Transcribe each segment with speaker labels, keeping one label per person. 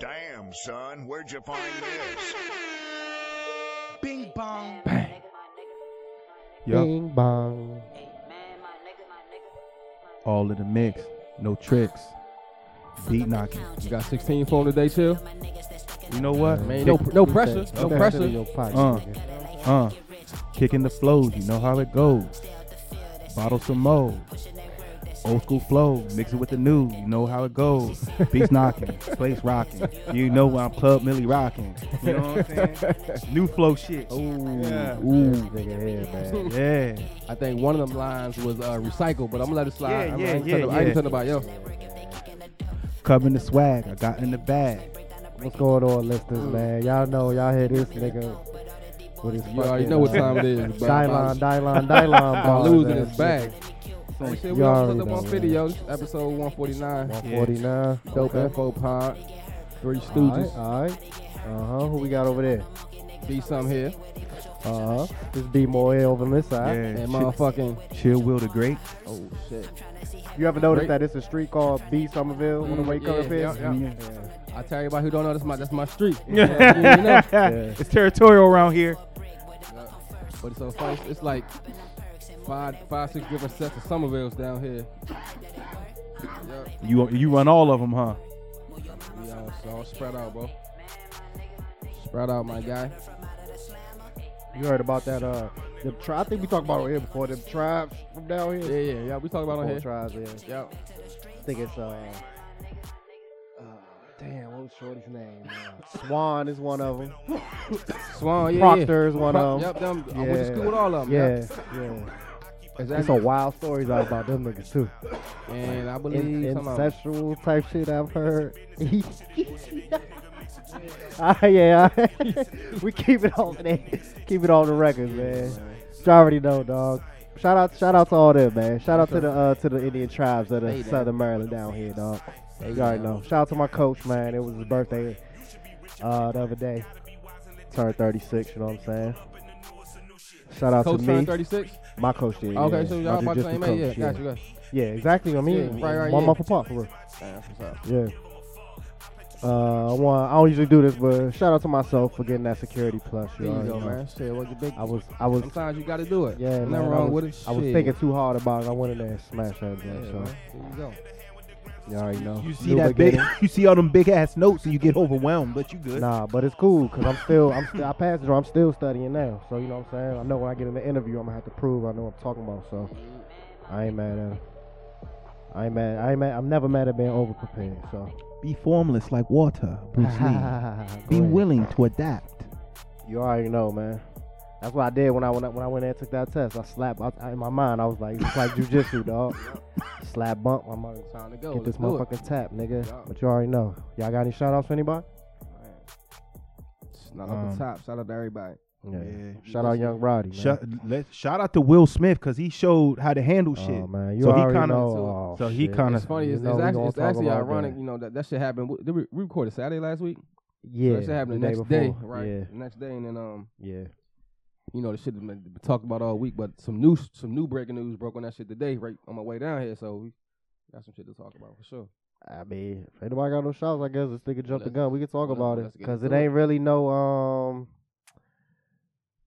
Speaker 1: Damn, son, where'd you find this?
Speaker 2: Bing bong.
Speaker 3: Bang.
Speaker 4: Yup.
Speaker 3: Bing bong.
Speaker 4: All in the mix. No tricks. Beat knocking.
Speaker 3: You got 16 phone today, chill?
Speaker 4: You know what?
Speaker 3: Man,
Speaker 4: Kick-
Speaker 3: no, no pressure.
Speaker 4: Okay.
Speaker 3: No pressure.
Speaker 4: Uh, Uh, kicking the flows. You know how it goes. Bottle some more. Old school flow. Mix it with the new. You know how it goes. Beats knocking. Space rocking. You know I'm Club Millie rocking. You know what I'm saying? new flow shit.
Speaker 3: Ooh,
Speaker 4: Yeah.
Speaker 3: ooh, nigga, yeah, man.
Speaker 4: Yeah.
Speaker 3: I think one of them lines was uh, recycled, but I'm gonna let it slide.
Speaker 4: Yeah,
Speaker 3: I'm,
Speaker 4: yeah,
Speaker 3: I ain't telling-
Speaker 4: yeah,
Speaker 3: I ain't
Speaker 4: yeah.
Speaker 3: telling about yo.
Speaker 4: Covering the swag. I got in the bag.
Speaker 5: What's going on, listeners, man? Y'all know, y'all hear this nigga with his uh,
Speaker 3: You already know what time it is. bro.
Speaker 5: Dylon, Dylon, Dylon.
Speaker 3: I'm
Speaker 5: bars,
Speaker 3: losing
Speaker 5: man.
Speaker 3: his bag.
Speaker 4: So-
Speaker 3: Hey, shit, we
Speaker 5: You
Speaker 3: almost
Speaker 5: already
Speaker 3: up
Speaker 5: know,
Speaker 3: on
Speaker 5: man.
Speaker 3: video. Episode 149.
Speaker 5: 149.
Speaker 3: Dope Info Pod. Three
Speaker 5: eh? All right,
Speaker 3: Stooges.
Speaker 5: all right. Uh huh. Who we got over there?
Speaker 3: D some here.
Speaker 5: Uh huh. This D Moy over on this side.
Speaker 4: Yeah.
Speaker 3: And
Speaker 4: Chill,
Speaker 3: motherfucking.
Speaker 4: chill Will the Great.
Speaker 3: Oh shit.
Speaker 5: You ever noticed
Speaker 3: Great.
Speaker 5: that it's a street called B Somerville on the
Speaker 3: Mm,
Speaker 5: way coming
Speaker 3: yeah,
Speaker 5: up here?
Speaker 3: yeah, I tell everybody who don't know that's my that's my street. You know, you know.
Speaker 4: Yeah. it's territorial around here.
Speaker 3: But so funny, it's like five five six different sets of Somervilles down here. Yup.
Speaker 4: You you run all of them, huh?
Speaker 3: We all, it's all spread out, bro. Spread out, my guy.
Speaker 5: You heard about that? Uh, the tri- I think we talked about it over here before. The tribes from down
Speaker 3: Yeah,
Speaker 5: here.
Speaker 3: yeah, yeah. We talking about on
Speaker 5: Four
Speaker 3: here.
Speaker 5: tribes. Yeah.
Speaker 3: Yup.
Speaker 5: I think it's uh, uh damn, what was Shorty's name? Uh, Swan is one of them.
Speaker 3: Swan, yeah,
Speaker 5: Proctor is
Speaker 3: yeah.
Speaker 5: one
Speaker 3: Pro-
Speaker 5: of 'em.
Speaker 3: Yep, them. I went to
Speaker 5: Yeah.
Speaker 3: school with all of them.
Speaker 5: Yeah, yeah. There's some wild stories out about them niggas too.
Speaker 3: And I believe
Speaker 5: In-
Speaker 3: some of 'em.
Speaker 5: ancestral type shit I've heard. Ah, yeah, we keep it on the keep it on the records, man. You already know, dog. Shout out, shout out to all them, man. Shout out to the uh, to the Indian tribes of the
Speaker 3: Hey, man.
Speaker 5: Southern Maryland down here, dog.
Speaker 3: Hey,
Speaker 5: You already
Speaker 3: man.
Speaker 5: know. Shout out to my coach, man. It was his birthday uh, the other day. Turned 36, you know what I'm saying? Shout out
Speaker 3: Coach
Speaker 5: to me.
Speaker 3: turned 36.
Speaker 5: My coach did.
Speaker 3: okay,
Speaker 5: yeah.
Speaker 3: so
Speaker 5: My
Speaker 3: y'all about the
Speaker 5: jujitsu
Speaker 3: same
Speaker 5: coach,
Speaker 3: age. Yeah, got you, got you.
Speaker 5: yeah, exactly. I mean,
Speaker 3: Yeah, right, right,
Speaker 5: one
Speaker 3: yeah.
Speaker 5: month apart for real.
Speaker 3: Damn, that's what's up.
Speaker 5: Yeah. Uh, I want. I don't usually do this, but shout out to myself for getting that security plus. You
Speaker 3: There you
Speaker 5: already
Speaker 3: go,
Speaker 5: know.
Speaker 3: man. Shit, what you big?
Speaker 5: I was, I was,
Speaker 3: Sometimes you got to do it.
Speaker 5: yeah,
Speaker 3: Nothing
Speaker 5: man,
Speaker 3: wrong
Speaker 5: I was,
Speaker 3: with it.
Speaker 5: I was
Speaker 3: Shit.
Speaker 5: thinking too hard about it. I went in there and smashed that
Speaker 3: Yeah,
Speaker 5: joint.
Speaker 3: man.
Speaker 5: so
Speaker 3: There you go.
Speaker 5: you already know.
Speaker 4: You see
Speaker 5: New
Speaker 4: that big,
Speaker 5: beginning.
Speaker 4: you see all them big ass notes, and you get overwhelmed, but you good.
Speaker 5: Nah, but it's cool because I'm still, I'm still, I passed it. I'm still studying now. So you know what I'm saying. I know when I get in the interview, I'm gonna have to prove I know what I'm talking about. So I ain't mad at. It. I ain't mad. I ain't mad. I'm never mad at being overprepared. So
Speaker 4: Be formless like water, Bruce
Speaker 5: Go
Speaker 4: Lee.
Speaker 5: ahead.
Speaker 4: Be willing to adapt.
Speaker 5: You already know, man. That's what I did when I went when I went there and took that test. I slapped I, I- in my mind. I was like, it's like jujitsu, dog. Slap bump. I'm gonna
Speaker 3: Time to go.
Speaker 5: get this
Speaker 3: Let's do it.
Speaker 5: motherfucking tap, nigga.
Speaker 3: Yeah.
Speaker 5: But you already know. Y'all got any shout outs for anybody?
Speaker 3: It's Not up
Speaker 4: Um,
Speaker 3: the top. Shout out to everybody.
Speaker 5: Yeah. Shout out Young Roddy. Man.
Speaker 4: Shout, let, shout out to Will Smith because he showed how to handle
Speaker 5: oh,
Speaker 4: shit.
Speaker 5: man. You
Speaker 4: So he
Speaker 5: already
Speaker 4: kinda-
Speaker 5: know.
Speaker 4: so
Speaker 5: Oh,
Speaker 4: he
Speaker 5: shit.
Speaker 4: kinda-
Speaker 3: It's funny.
Speaker 5: You
Speaker 3: It's,
Speaker 5: know
Speaker 3: it's
Speaker 5: we
Speaker 3: actually,
Speaker 5: gonna
Speaker 3: it's
Speaker 5: talk
Speaker 3: actually
Speaker 5: about
Speaker 3: ironic.
Speaker 5: that.
Speaker 3: You know that that shit happened. We, did we we recorded Saturday last week.
Speaker 5: Yeah.
Speaker 3: So that shit happened the, next
Speaker 5: day.
Speaker 3: day,
Speaker 5: before.
Speaker 3: right?
Speaker 5: Yeah.
Speaker 3: The next day, and then um,
Speaker 5: Yeah.
Speaker 3: you know, the shit has been talked about all week. But some news, some new breaking news broke on that shit today, right on my way down here. So we got some shit to talk about for sure.
Speaker 5: I mean, if anybody got no shouts, I guess this nigga jumped the
Speaker 3: Let's-
Speaker 5: gun. We can talk
Speaker 3: let's-
Speaker 5: about it
Speaker 3: let's get
Speaker 5: because it
Speaker 3: into it.
Speaker 5: ain't really no um.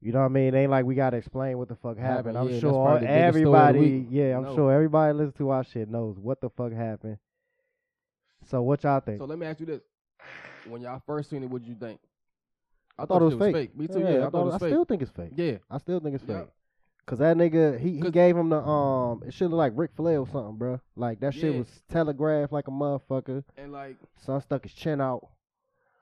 Speaker 5: You know what I mean? It ain't like we gotta explain what the fuck happened.
Speaker 3: Happened,
Speaker 5: I'm
Speaker 3: yeah, that's
Speaker 5: sure all-
Speaker 3: probably the biggest story of the
Speaker 5: everybody,
Speaker 3: week.
Speaker 5: yeah, I'm
Speaker 3: No.
Speaker 5: sure everybody listen to our shit knows what the fuck happened. So what y'all think?
Speaker 3: So let me ask you this: When y'all first seen it, what did you think? I
Speaker 5: thought it was
Speaker 3: shit
Speaker 5: fake.
Speaker 3: Me too. Yeah, I, thought it was
Speaker 5: I
Speaker 3: fake.
Speaker 5: still think it's fake.
Speaker 3: yeah,
Speaker 5: I still think it's
Speaker 3: Yeah.
Speaker 5: fake. Cause that nigga, he, he
Speaker 3: Cause-
Speaker 5: gave him the um, it should look like Ric Flair or something, bruh. Like that shit
Speaker 3: Yeah.
Speaker 5: was telegraphed like a motherfucker.
Speaker 3: and like,
Speaker 5: Son stuck his chin out,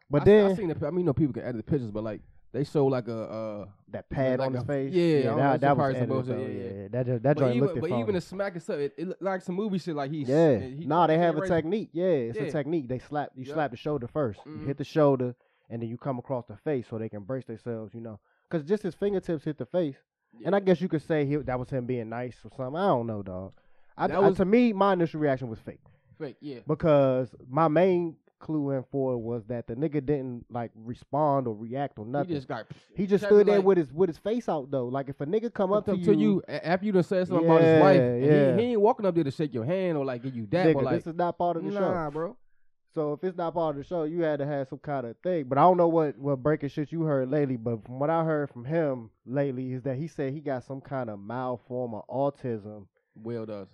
Speaker 5: but
Speaker 3: I,
Speaker 5: then
Speaker 3: I seen the. pi- I mean, you know, people can edit the pictures, but like, they show like a. uh
Speaker 5: that pad
Speaker 3: Like
Speaker 5: on
Speaker 3: a-
Speaker 5: his face.
Speaker 3: yeah, I
Speaker 5: that,
Speaker 3: don't know, it's
Speaker 5: that
Speaker 3: probably
Speaker 5: was
Speaker 3: some
Speaker 5: edited,
Speaker 3: bullshit,
Speaker 5: though,
Speaker 3: yeah,
Speaker 5: yeah,
Speaker 3: yeah.
Speaker 5: yeah. That just that
Speaker 3: But
Speaker 5: joint
Speaker 3: even,
Speaker 5: looked
Speaker 3: but
Speaker 5: phony.
Speaker 3: even the smack itself, it, it looked like some movie shit. Like he's
Speaker 5: yeah,
Speaker 3: he,
Speaker 5: nah, they have a
Speaker 3: right-
Speaker 5: technique. Yeah, it's
Speaker 3: Yeah.
Speaker 5: a technique. They slap you
Speaker 3: Yup.
Speaker 5: slap the shoulder 1st You
Speaker 3: Mhm.
Speaker 5: hit the shoulder, and then you come across the face so they can brace themselves. You know, because just his fingertips hit the face, and I guess you could say he, that was him being nice or something. I don't know, dog. I,
Speaker 3: That
Speaker 5: I-
Speaker 3: was-
Speaker 5: to me, my initial reaction was fake
Speaker 3: Fake, yeah.
Speaker 5: because my main clue in for it was that the nigga didn't like respond or react or nothing.
Speaker 3: He just got.
Speaker 5: stood there with his with his face out though. Like if a nga come up
Speaker 3: up
Speaker 5: to,
Speaker 3: to you, a- after you done said something about
Speaker 5: Yeah,
Speaker 3: his wife. and
Speaker 5: yeah.
Speaker 3: he, he ain't walking up there to shake your hand or like give you that.
Speaker 5: nigga,
Speaker 3: or like,
Speaker 5: this is not part of the show.
Speaker 3: nah, bro.
Speaker 5: So if it's not part of the show, you had to have some kind of thing. But I don't know what what breaking shit you heard lately. But from what I heard from him lately is that he said he got some kind of mild form of autism.
Speaker 3: Will does.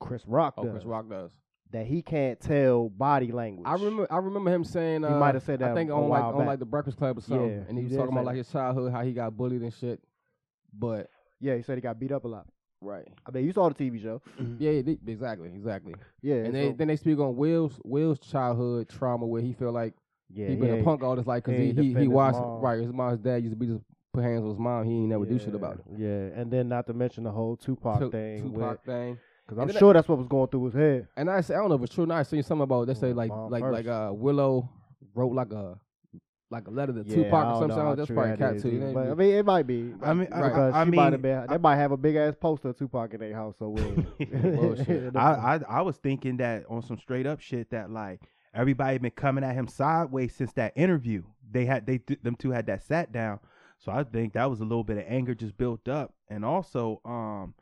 Speaker 5: Chris Rock
Speaker 3: Oh,
Speaker 5: does
Speaker 3: Chris Rock does.
Speaker 5: that he can't tell body language.
Speaker 3: I remember. I remember him saying.
Speaker 5: He
Speaker 3: Uh,
Speaker 5: might have said
Speaker 3: I
Speaker 5: that
Speaker 3: think
Speaker 5: a
Speaker 3: on like
Speaker 5: while
Speaker 3: on
Speaker 5: back.
Speaker 3: like the Breakfast Club or something,
Speaker 5: Yeah,
Speaker 3: and he
Speaker 5: he
Speaker 3: was
Speaker 5: did
Speaker 3: talking about
Speaker 5: say
Speaker 3: like
Speaker 5: that.
Speaker 3: his childhood, how he got bullied and shit. But
Speaker 5: Yeah, he said he got beat up a lot.
Speaker 3: right.
Speaker 5: I mean, you saw the TV show.
Speaker 3: Yeah, they- exactly, exactly.
Speaker 5: Yeah,
Speaker 3: And they,
Speaker 5: so-
Speaker 3: then they speak on Will's Will's childhood trauma where he felt like
Speaker 5: yeah,
Speaker 3: he been a
Speaker 5: ain't-
Speaker 3: punk all his life because
Speaker 5: he
Speaker 3: he
Speaker 5: ain't
Speaker 3: he, he
Speaker 5: defend his
Speaker 3: watched
Speaker 5: mom.
Speaker 3: right his mom's dad used to be just put hands on his mom. He ain't never do shit
Speaker 5: yeah,
Speaker 3: about it.
Speaker 5: Yeah, and then not to mention the whole Tupac
Speaker 3: Tu-
Speaker 5: thing.
Speaker 3: Tupac thing.
Speaker 5: because I'm
Speaker 3: And then
Speaker 5: sure that's what was going through his head.
Speaker 3: And I say I don't know if it's true. or Not I seen something about they say
Speaker 5: Well,
Speaker 3: like
Speaker 5: mom
Speaker 3: like
Speaker 5: first.
Speaker 3: like uh Willow wrote like a like a letter to
Speaker 5: Yeah, I
Speaker 3: Tupac or
Speaker 5: don't know
Speaker 3: something. oh,
Speaker 5: how
Speaker 3: That's
Speaker 5: true
Speaker 3: probably
Speaker 5: that
Speaker 3: cat
Speaker 5: is
Speaker 3: too.
Speaker 5: either,
Speaker 3: They-
Speaker 5: But I mean, it might be.
Speaker 4: I mean, I-
Speaker 5: because
Speaker 4: I, I
Speaker 5: she
Speaker 4: mean,
Speaker 5: might have been. They might have a big ass poster of Tupac in their house or whatever.
Speaker 3: Bullshit.
Speaker 4: I, I I was thinking that on some straight up shit that like everybody been coming at him sideways since that interview. They had they th- them two had that sat down. So I think that was a little bit of anger just built up. And also, um,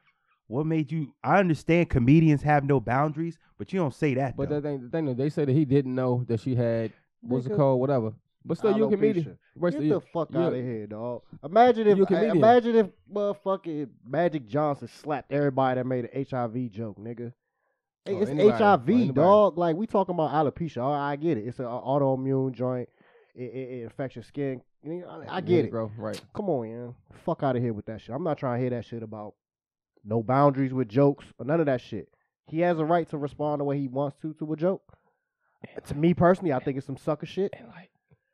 Speaker 4: what made you? I understand comedians have no boundaries, but you don't say that.
Speaker 3: But
Speaker 4: though.
Speaker 3: the thing, the thing though, they said that he didn't know that she had what's it
Speaker 5: Nigga.
Speaker 3: called, whatever. But still, you a comedian.
Speaker 5: Alopecia.
Speaker 3: Rest
Speaker 5: Get
Speaker 3: of you-
Speaker 5: the fuck
Speaker 3: you-
Speaker 5: out of here, dog. Imagine if
Speaker 3: You a
Speaker 5: I-
Speaker 3: comedian.
Speaker 5: imagine if motherfucking Magic Johnson slapped everybody that made an HIV joke, nigga. Hey,
Speaker 3: Oh,
Speaker 5: it's
Speaker 3: anybody. Oh,
Speaker 5: HIV,
Speaker 3: anybody.
Speaker 5: dog. Like we talking about alopecia. All right, I get it. It's an autoimmune joint. It, it, it affects your skin. I- I get it.
Speaker 3: bro. Right.
Speaker 5: Come on, man. Fuck out of here with that shit. I'm not trying to hear that shit about no boundaries with jokes or none of that shit. He has a right to respond the way he wants to to a joke. To me personally, I think it's some sucker shit.
Speaker 3: And like,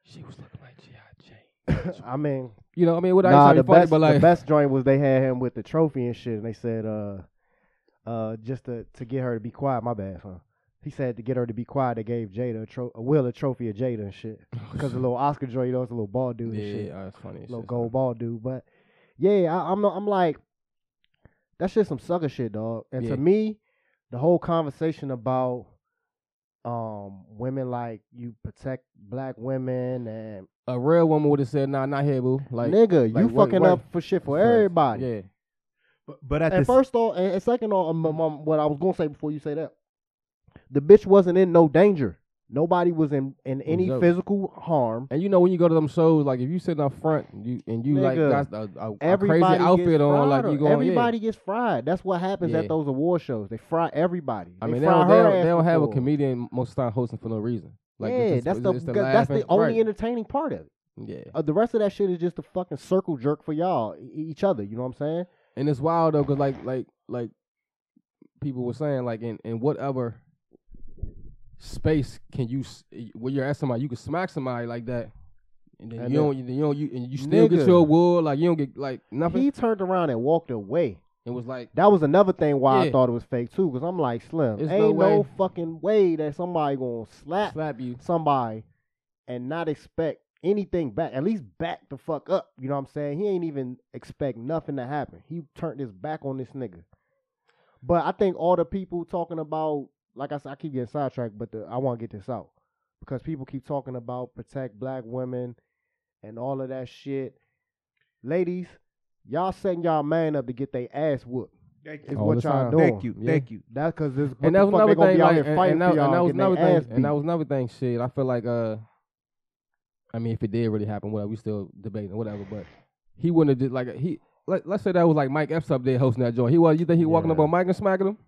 Speaker 3: she was looking like G.I.
Speaker 5: I mean,
Speaker 3: You know, I mean, without
Speaker 5: nah,
Speaker 3: trying to
Speaker 5: the
Speaker 3: be funny,
Speaker 5: best,
Speaker 3: but like,
Speaker 5: the best joint was they had him with the trophy and shit, and they said, uh, uh, just to to get her to be quiet. My bad, son. He said to get her to be quiet. They gave Jada a, tro- a Will a trophy of Jada and shit because the little Oscar joint, you know, it's a little bald dude
Speaker 3: yeah,
Speaker 5: and shit.
Speaker 3: yeah, it's funny. as
Speaker 5: little
Speaker 3: shit,
Speaker 5: gold ball dude. But yeah, I, I'm I'm like that shit's some sucker shit, dog. And
Speaker 3: Yeah.
Speaker 5: to me, the whole conversation about um women like you protect black women and
Speaker 3: son. A real woman would have said, "Nah, not here, boo." Like,
Speaker 5: nigga,
Speaker 3: like,
Speaker 5: you
Speaker 3: what-
Speaker 5: fucking
Speaker 3: what-
Speaker 5: up for shit for
Speaker 3: Facts.
Speaker 5: everybody.
Speaker 3: yeah,
Speaker 4: but, but at
Speaker 5: And
Speaker 4: this,
Speaker 5: first off, and, and second off, um, um, um, what I was gonna say before you say that, the bitch wasn't in no danger. Nobody was in in any
Speaker 3: joke.
Speaker 5: physical harm.
Speaker 3: and you know when you go to them shows, like if you sitting up front and you and you like
Speaker 5: Nigga,
Speaker 3: got a, a, a crazy
Speaker 5: everybody
Speaker 3: outfit
Speaker 5: gets
Speaker 3: on, like
Speaker 5: fried.
Speaker 3: you going,
Speaker 5: everybody gets fried. That's what happens
Speaker 3: Yeah.
Speaker 5: at those award shows. They fry everybody.
Speaker 3: yeah. I mean, they
Speaker 5: fry
Speaker 3: don't, they
Speaker 5: her
Speaker 3: don't,
Speaker 5: ass
Speaker 3: they don't have a
Speaker 5: before.
Speaker 3: comedian most of the time hosting for no reason. Like,
Speaker 5: yeah,
Speaker 3: it's just-
Speaker 5: that's
Speaker 3: it's
Speaker 5: the
Speaker 3: just
Speaker 5: g- that's
Speaker 3: laughing-
Speaker 5: the only
Speaker 3: right.
Speaker 5: entertaining part of it.
Speaker 3: yeah.
Speaker 5: Uh, the rest of that shit is just a fucking circle jerk for y'all e- each other. You know what I'm saying?
Speaker 3: And it's wild though, cause like like like people were saying, like in in whatever space can you s- when you're at somebody, you can smack somebody like that, and then
Speaker 5: And
Speaker 3: you
Speaker 5: then-
Speaker 3: don't you, you don't you and you still get
Speaker 5: Nigga.
Speaker 3: your wood, like you don't get like nothing.
Speaker 5: He turned around and walked away.
Speaker 3: it was like
Speaker 5: That was another thing why
Speaker 3: Yeah.
Speaker 5: I thought it was fake too, because I'm like, Slim,
Speaker 3: There's no
Speaker 5: ain't no,
Speaker 3: way.
Speaker 5: fucking way that somebody gonna slap,
Speaker 3: slap you.
Speaker 5: somebody and not expect anything back. At least back the fuck up. You know what I'm saying? He ain't even expect nothing to happen. He turned his back on this nigga. But I think all the people talking about, like I said, I keep getting sidetracked, but the, I want to get this out because people keep talking about protect black women and all of that shit. Ladies, y'all setting y'all man up to get their ass whooped.
Speaker 4: Thank
Speaker 5: Is
Speaker 4: you,
Speaker 3: All
Speaker 5: what
Speaker 3: the
Speaker 5: y'all
Speaker 3: time.
Speaker 5: doing.
Speaker 4: thank you,
Speaker 3: Yeah.
Speaker 4: thank you.
Speaker 5: That's because this. what
Speaker 3: and
Speaker 5: the
Speaker 3: that was
Speaker 5: fuck they
Speaker 3: another
Speaker 5: gonna
Speaker 3: thing,
Speaker 5: be out
Speaker 3: like,
Speaker 5: here
Speaker 3: and,
Speaker 5: fighting
Speaker 3: and that,
Speaker 5: for y'all
Speaker 3: and that was
Speaker 5: getting their
Speaker 3: another
Speaker 5: ass
Speaker 3: thing, and
Speaker 5: beat.
Speaker 3: that was another thing. Shit, I feel like uh, I mean, if it did really happen, whatever, we still debating, whatever. But he wouldn't have did like he. Let, let's say that was like Mike Epps up there hosting that joint. He was. You think he walking up
Speaker 5: Yeah.
Speaker 3: on Mike and smacking him?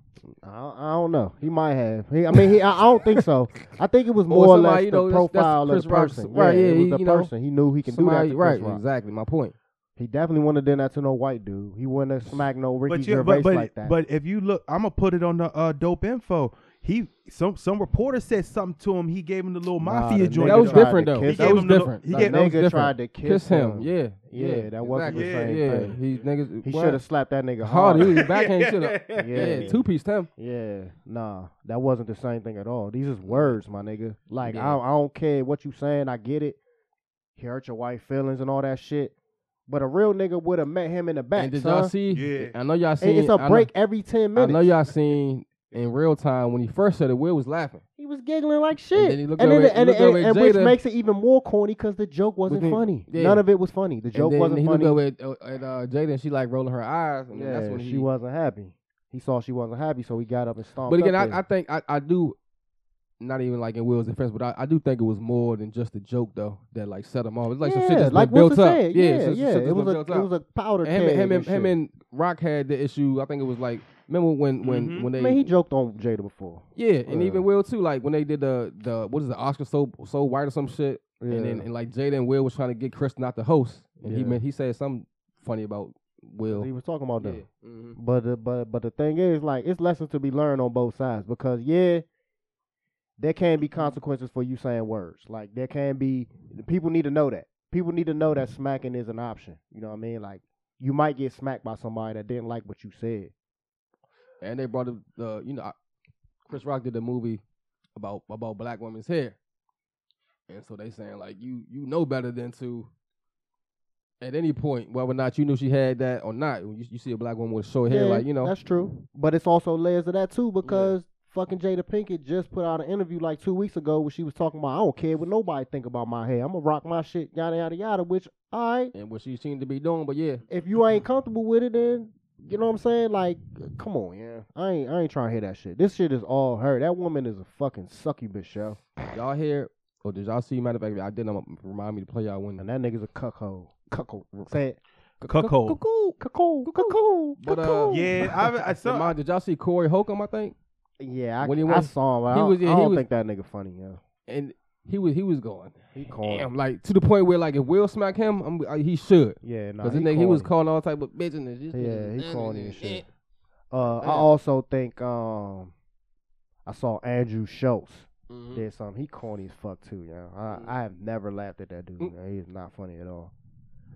Speaker 5: I don't, I don't know. He might have. He, I mean, he, I, I don't think so. I think it was more or,
Speaker 3: somebody,
Speaker 5: less
Speaker 3: you
Speaker 5: the
Speaker 3: know, that's- that's
Speaker 5: profile
Speaker 3: Chris
Speaker 5: of the
Speaker 3: Rock's-
Speaker 5: person.
Speaker 3: right, yeah,
Speaker 5: it
Speaker 3: he-
Speaker 5: was the
Speaker 3: you know,
Speaker 5: person. he knew he can
Speaker 3: Somebody-
Speaker 5: do that. To
Speaker 3: right?
Speaker 5: Chris Rock.
Speaker 3: Exactly. My point.
Speaker 5: He definitely wouldn't have done that to no white dude. He wouldn't have smacked no Ricky
Speaker 4: but you,
Speaker 5: Gervais
Speaker 4: but but,
Speaker 5: like that.
Speaker 4: but if you look, I'm gonna put it on the uh, dope info. He some some reporter said something to him. He gave him the little
Speaker 5: Nah,
Speaker 4: mafia
Speaker 5: the
Speaker 4: joint.
Speaker 5: nigga
Speaker 3: that was
Speaker 5: tried to
Speaker 3: different though.
Speaker 5: kiss
Speaker 3: That
Speaker 4: him.
Speaker 3: was
Speaker 4: He gave him
Speaker 3: different.
Speaker 4: the little-
Speaker 5: he
Speaker 3: Like, that was
Speaker 5: gave- nigga
Speaker 3: different.
Speaker 5: tried to kiss him.
Speaker 3: Yeah,
Speaker 5: Yeah, that wasn't the
Speaker 3: exactly.
Speaker 5: same
Speaker 3: yeah.
Speaker 5: thing.
Speaker 3: He niggas.
Speaker 5: he
Speaker 3: what?
Speaker 5: should have slapped that nigga
Speaker 3: hard.
Speaker 5: hard.
Speaker 3: He was backhand shit up.
Speaker 5: yeah.
Speaker 3: Yeah,
Speaker 5: yeah,
Speaker 3: two piece him.
Speaker 5: nah, that wasn't the same thing at all. These is words, my nigga. Like
Speaker 3: Yeah.
Speaker 5: I, don't- I don't care what you saying. I get it. He hurt your wife feelings and all that shit. But a real nigga would have met him in the back.
Speaker 3: and did
Speaker 5: son.
Speaker 3: y'all see?
Speaker 4: Yeah.
Speaker 3: I know y'all
Speaker 5: And
Speaker 3: seen.
Speaker 5: it's a
Speaker 3: I know-
Speaker 5: break every ten
Speaker 3: I
Speaker 5: minutes.
Speaker 3: know y'all seen in real time when he first said it. Will was laughing.
Speaker 5: He was giggling like shit,
Speaker 3: then he looked
Speaker 5: and,
Speaker 3: over
Speaker 5: then-
Speaker 3: at-
Speaker 5: and,
Speaker 3: looked
Speaker 5: and-
Speaker 3: over at
Speaker 5: and which
Speaker 3: Jada.
Speaker 5: makes it even more corny because the joke wasn't
Speaker 3: Wasn't-
Speaker 5: funny.
Speaker 3: yeah.
Speaker 5: None of it was funny. The joke
Speaker 3: and then
Speaker 5: wasn't
Speaker 3: he
Speaker 5: funny.
Speaker 3: looked over at, at uh, Jada and she like rolling her eyes, and then
Speaker 5: yeah,
Speaker 3: that's when
Speaker 5: she
Speaker 3: he.
Speaker 5: wasn't happy. He saw she wasn't happy, so he got up and stomped.
Speaker 3: But again,
Speaker 5: up
Speaker 3: I, I
Speaker 5: there.
Speaker 3: think I, I do not even like in Will's defense, but I, I do think it was more than just a joke though that like set him off. It's like some shit
Speaker 5: Yeah,
Speaker 3: that's
Speaker 5: like
Speaker 3: been built
Speaker 5: Wilson
Speaker 3: up.
Speaker 5: said,
Speaker 3: yeah,
Speaker 5: yeah,
Speaker 3: some- some
Speaker 5: yeah.
Speaker 3: shit that's
Speaker 5: It was
Speaker 3: been
Speaker 5: a
Speaker 3: built
Speaker 5: it
Speaker 3: up.
Speaker 5: was a powder
Speaker 3: And him,
Speaker 5: keg
Speaker 3: him, and, him
Speaker 5: shit.
Speaker 3: and Rock had the issue. I think it was like remember when when
Speaker 2: Mhm.
Speaker 3: when they
Speaker 5: Man, he joked on Jada before.
Speaker 3: yeah, and
Speaker 5: Yeah.
Speaker 3: even Will too. Like when they did the the what is the Oscar so so white or some shit, and then
Speaker 5: Yeah.
Speaker 3: and like Jada and Will was trying to get Chris not the host, and he
Speaker 5: Yeah.
Speaker 3: meant he said something funny about Will.
Speaker 5: He was talking about
Speaker 3: yeah. Mm-hmm.
Speaker 5: that. But uh, but but the thing is, like, it's lessons to be learned on both sides because yeah, there can be consequences for you saying words. Like there can be the people need to know that. People need to know that smacking is an option. You know what I mean? Like you might get smacked by somebody that didn't like what you said.
Speaker 3: and they brought up the you know I- Chris Rock did a movie about about black women's hair, and so they saying like you you know better than to at any point whether or not you knew she had that or not. When you, you see a black woman with short hair,
Speaker 5: Yeah,
Speaker 3: like you know
Speaker 5: That's true. But it's also layers of that too because fucking Jada Pinkett just put out an interview like two weeks ago where she was talking about I don't care what nobody think about my hair. I'm gonna rock my shit, yada yada yada, which all right.
Speaker 3: and what she seemed to be doing. But yeah,
Speaker 5: if you ain't comfortable with it, then you know what I'm saying. Like, come on, yeah. I ain't, I ain't trying to hear that shit. This shit is all her. That woman is a fucking succubus, yo.
Speaker 3: y'all hear or did y'all see? Matter of fact, I did not remind me to play y'all
Speaker 5: And
Speaker 3: when
Speaker 5: that nigga's a cuckold. Cuckold. Say it.
Speaker 4: Cuckold.
Speaker 5: Cuckoo. Cuckoo. Cuckoo.
Speaker 3: But, uh,
Speaker 5: cuckoo.
Speaker 4: Yeah, I, I saw.
Speaker 3: Remind- did y'all see Corey Holcomb? I think
Speaker 5: yeah. I,
Speaker 3: when he
Speaker 5: I
Speaker 3: went-
Speaker 5: saw him. I
Speaker 3: he
Speaker 5: don't,
Speaker 3: was- yeah,
Speaker 5: I
Speaker 3: he
Speaker 5: don't
Speaker 3: was-
Speaker 5: think that nigga funny, yo.
Speaker 3: and he was he was going
Speaker 5: He called.
Speaker 3: damn like to the point where like if Will smack him, I'm, I, he should.
Speaker 5: Yeah, nah.
Speaker 3: Cause this
Speaker 5: he
Speaker 3: nigga, he was
Speaker 5: corny.
Speaker 3: calling all type of bitches. and this
Speaker 5: Yeah,
Speaker 3: nigga-
Speaker 5: he corny and shit. Uh, I also think um, I saw Andrew Schultz
Speaker 3: Mhm.
Speaker 5: did something. He corny as fuck too, yo. I, I have never laughed at that dude. Yo. He is not funny at all.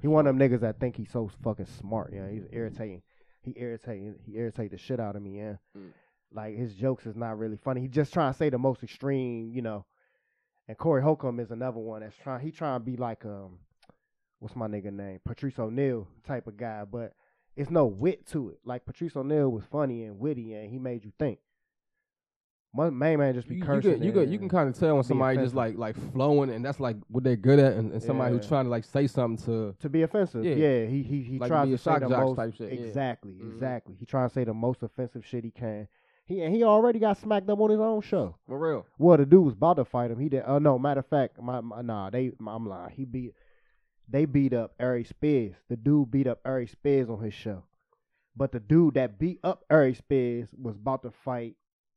Speaker 5: He one of them niggas that think he's so fucking smart. Yeah, he's irritating. He irritating. He irritate the shit out of me. Yeah,
Speaker 3: Mm.
Speaker 5: like his jokes is not really funny. He just trying to say the most extreme, you know. And Corey Holcomb is another one that's trying. He trying to be like um, what's my nigga name? Patrice O'Neal type of guy, but it's no wit to it. Like Patrice O'Neal was funny and witty, and he made you think. My main man just be
Speaker 3: You, you
Speaker 5: cursing.
Speaker 3: can you can you
Speaker 5: and-
Speaker 3: can kind of tell when somebody just like
Speaker 5: offensive.
Speaker 3: like flowing and that's like what they're good at and, and somebody who's
Speaker 5: Yeah.
Speaker 3: trying to like say something to
Speaker 5: to be offensive.
Speaker 3: Yeah.
Speaker 5: Yeah, he he he
Speaker 3: Like to
Speaker 5: tries
Speaker 3: be
Speaker 5: to,
Speaker 3: a
Speaker 5: say
Speaker 3: shock
Speaker 5: the
Speaker 3: jock
Speaker 5: most
Speaker 3: type shit, yeah.
Speaker 5: exactly,
Speaker 3: Mhm.
Speaker 5: exactly. He tries to say the most offensive shit he can. He and he already got smacked up on his own show.
Speaker 3: for real.
Speaker 5: Well, the dude was about to fight him. He did. Oh no, matter of fact, my, my nah, they my, I'm lying. He beat they beat up Eric Spears. The dude beat up Eric Spears on his show, but the dude that beat up Eric Spears was about to fight.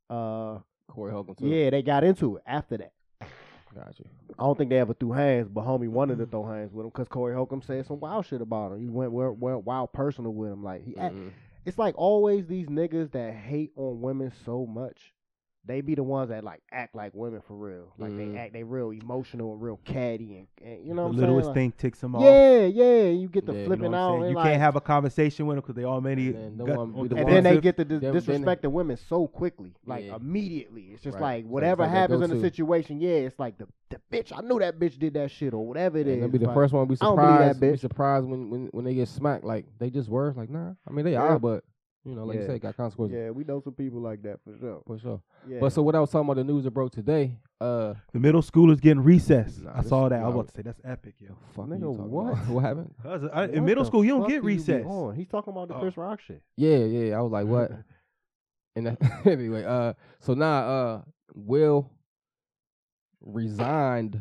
Speaker 5: Uh,
Speaker 3: Corey Holcomb too.
Speaker 5: yeah, they got into it after that.
Speaker 3: got you.
Speaker 5: I don't think they ever threw hands, but homie wanted to
Speaker 3: Mm-hmm.
Speaker 5: throw hands with him because Corey Holcomb said some wild shit about him. He went went, went wild personal with him. Like he, act-
Speaker 3: Mhm.
Speaker 5: it's like always these niggas that hate on women so much. They be the ones that like act like women for real. Like
Speaker 3: Mhm.
Speaker 5: they act, they real emotional and real catty, and, and you
Speaker 4: The
Speaker 5: know what I'm
Speaker 4: littlest
Speaker 5: saying.
Speaker 4: thing ticks them
Speaker 5: Like,
Speaker 4: off.
Speaker 5: yeah, yeah. You get the
Speaker 3: Yeah, you know
Speaker 5: flipping
Speaker 4: You, know what I'm
Speaker 5: out.
Speaker 4: saying?
Speaker 5: and
Speaker 4: You
Speaker 5: like,
Speaker 4: can't have a conversation with them because they already
Speaker 3: And then the
Speaker 4: got
Speaker 3: one-
Speaker 4: on
Speaker 3: be the
Speaker 5: and
Speaker 3: ones
Speaker 5: then they
Speaker 4: defensive.
Speaker 5: get the dis-
Speaker 3: then- then-
Speaker 5: disrespect the women so quickly, like
Speaker 3: Yeah.
Speaker 5: immediately. It's just
Speaker 3: Right.
Speaker 5: like
Speaker 3: So it's
Speaker 5: whatever
Speaker 3: like they
Speaker 5: happens
Speaker 3: go
Speaker 5: in the
Speaker 3: to-
Speaker 5: situation, yeah, it's like the, the bitch. I knew that bitch did that shit or whatever it is.
Speaker 3: And they'll be the
Speaker 5: like-
Speaker 3: first one to be
Speaker 5: I don't believe that
Speaker 3: surprised. Be
Speaker 5: bitch.
Speaker 3: surprised when, when when they get smacked. Like they just were like nah. I mean they
Speaker 5: Yeah.
Speaker 3: are, but you know like you
Speaker 5: Yeah.
Speaker 3: said, got consequences
Speaker 5: Yeah, we know some people like that for sure.
Speaker 3: for sure.
Speaker 5: Yeah.
Speaker 3: But so what I was talking about the news that broke today. Uh,
Speaker 4: the middle schoolers getting recess.
Speaker 3: Nah,
Speaker 4: I
Speaker 3: this-
Speaker 4: saw that. I was
Speaker 3: nah.
Speaker 4: about to say that's epic, yo.
Speaker 3: fuck
Speaker 5: Nigga,
Speaker 3: you talking about?
Speaker 5: what?
Speaker 3: what happened?
Speaker 4: I was- I- in
Speaker 5: What
Speaker 4: middle
Speaker 5: the
Speaker 4: school, you don't
Speaker 5: fuck
Speaker 4: get
Speaker 5: do you be
Speaker 4: recess.
Speaker 5: on? He's talking about the
Speaker 4: Oh.
Speaker 5: Chris Rock shit.
Speaker 3: Yeah, yeah. I was like, what? and that, anyway, uh, so now uh, Will resigned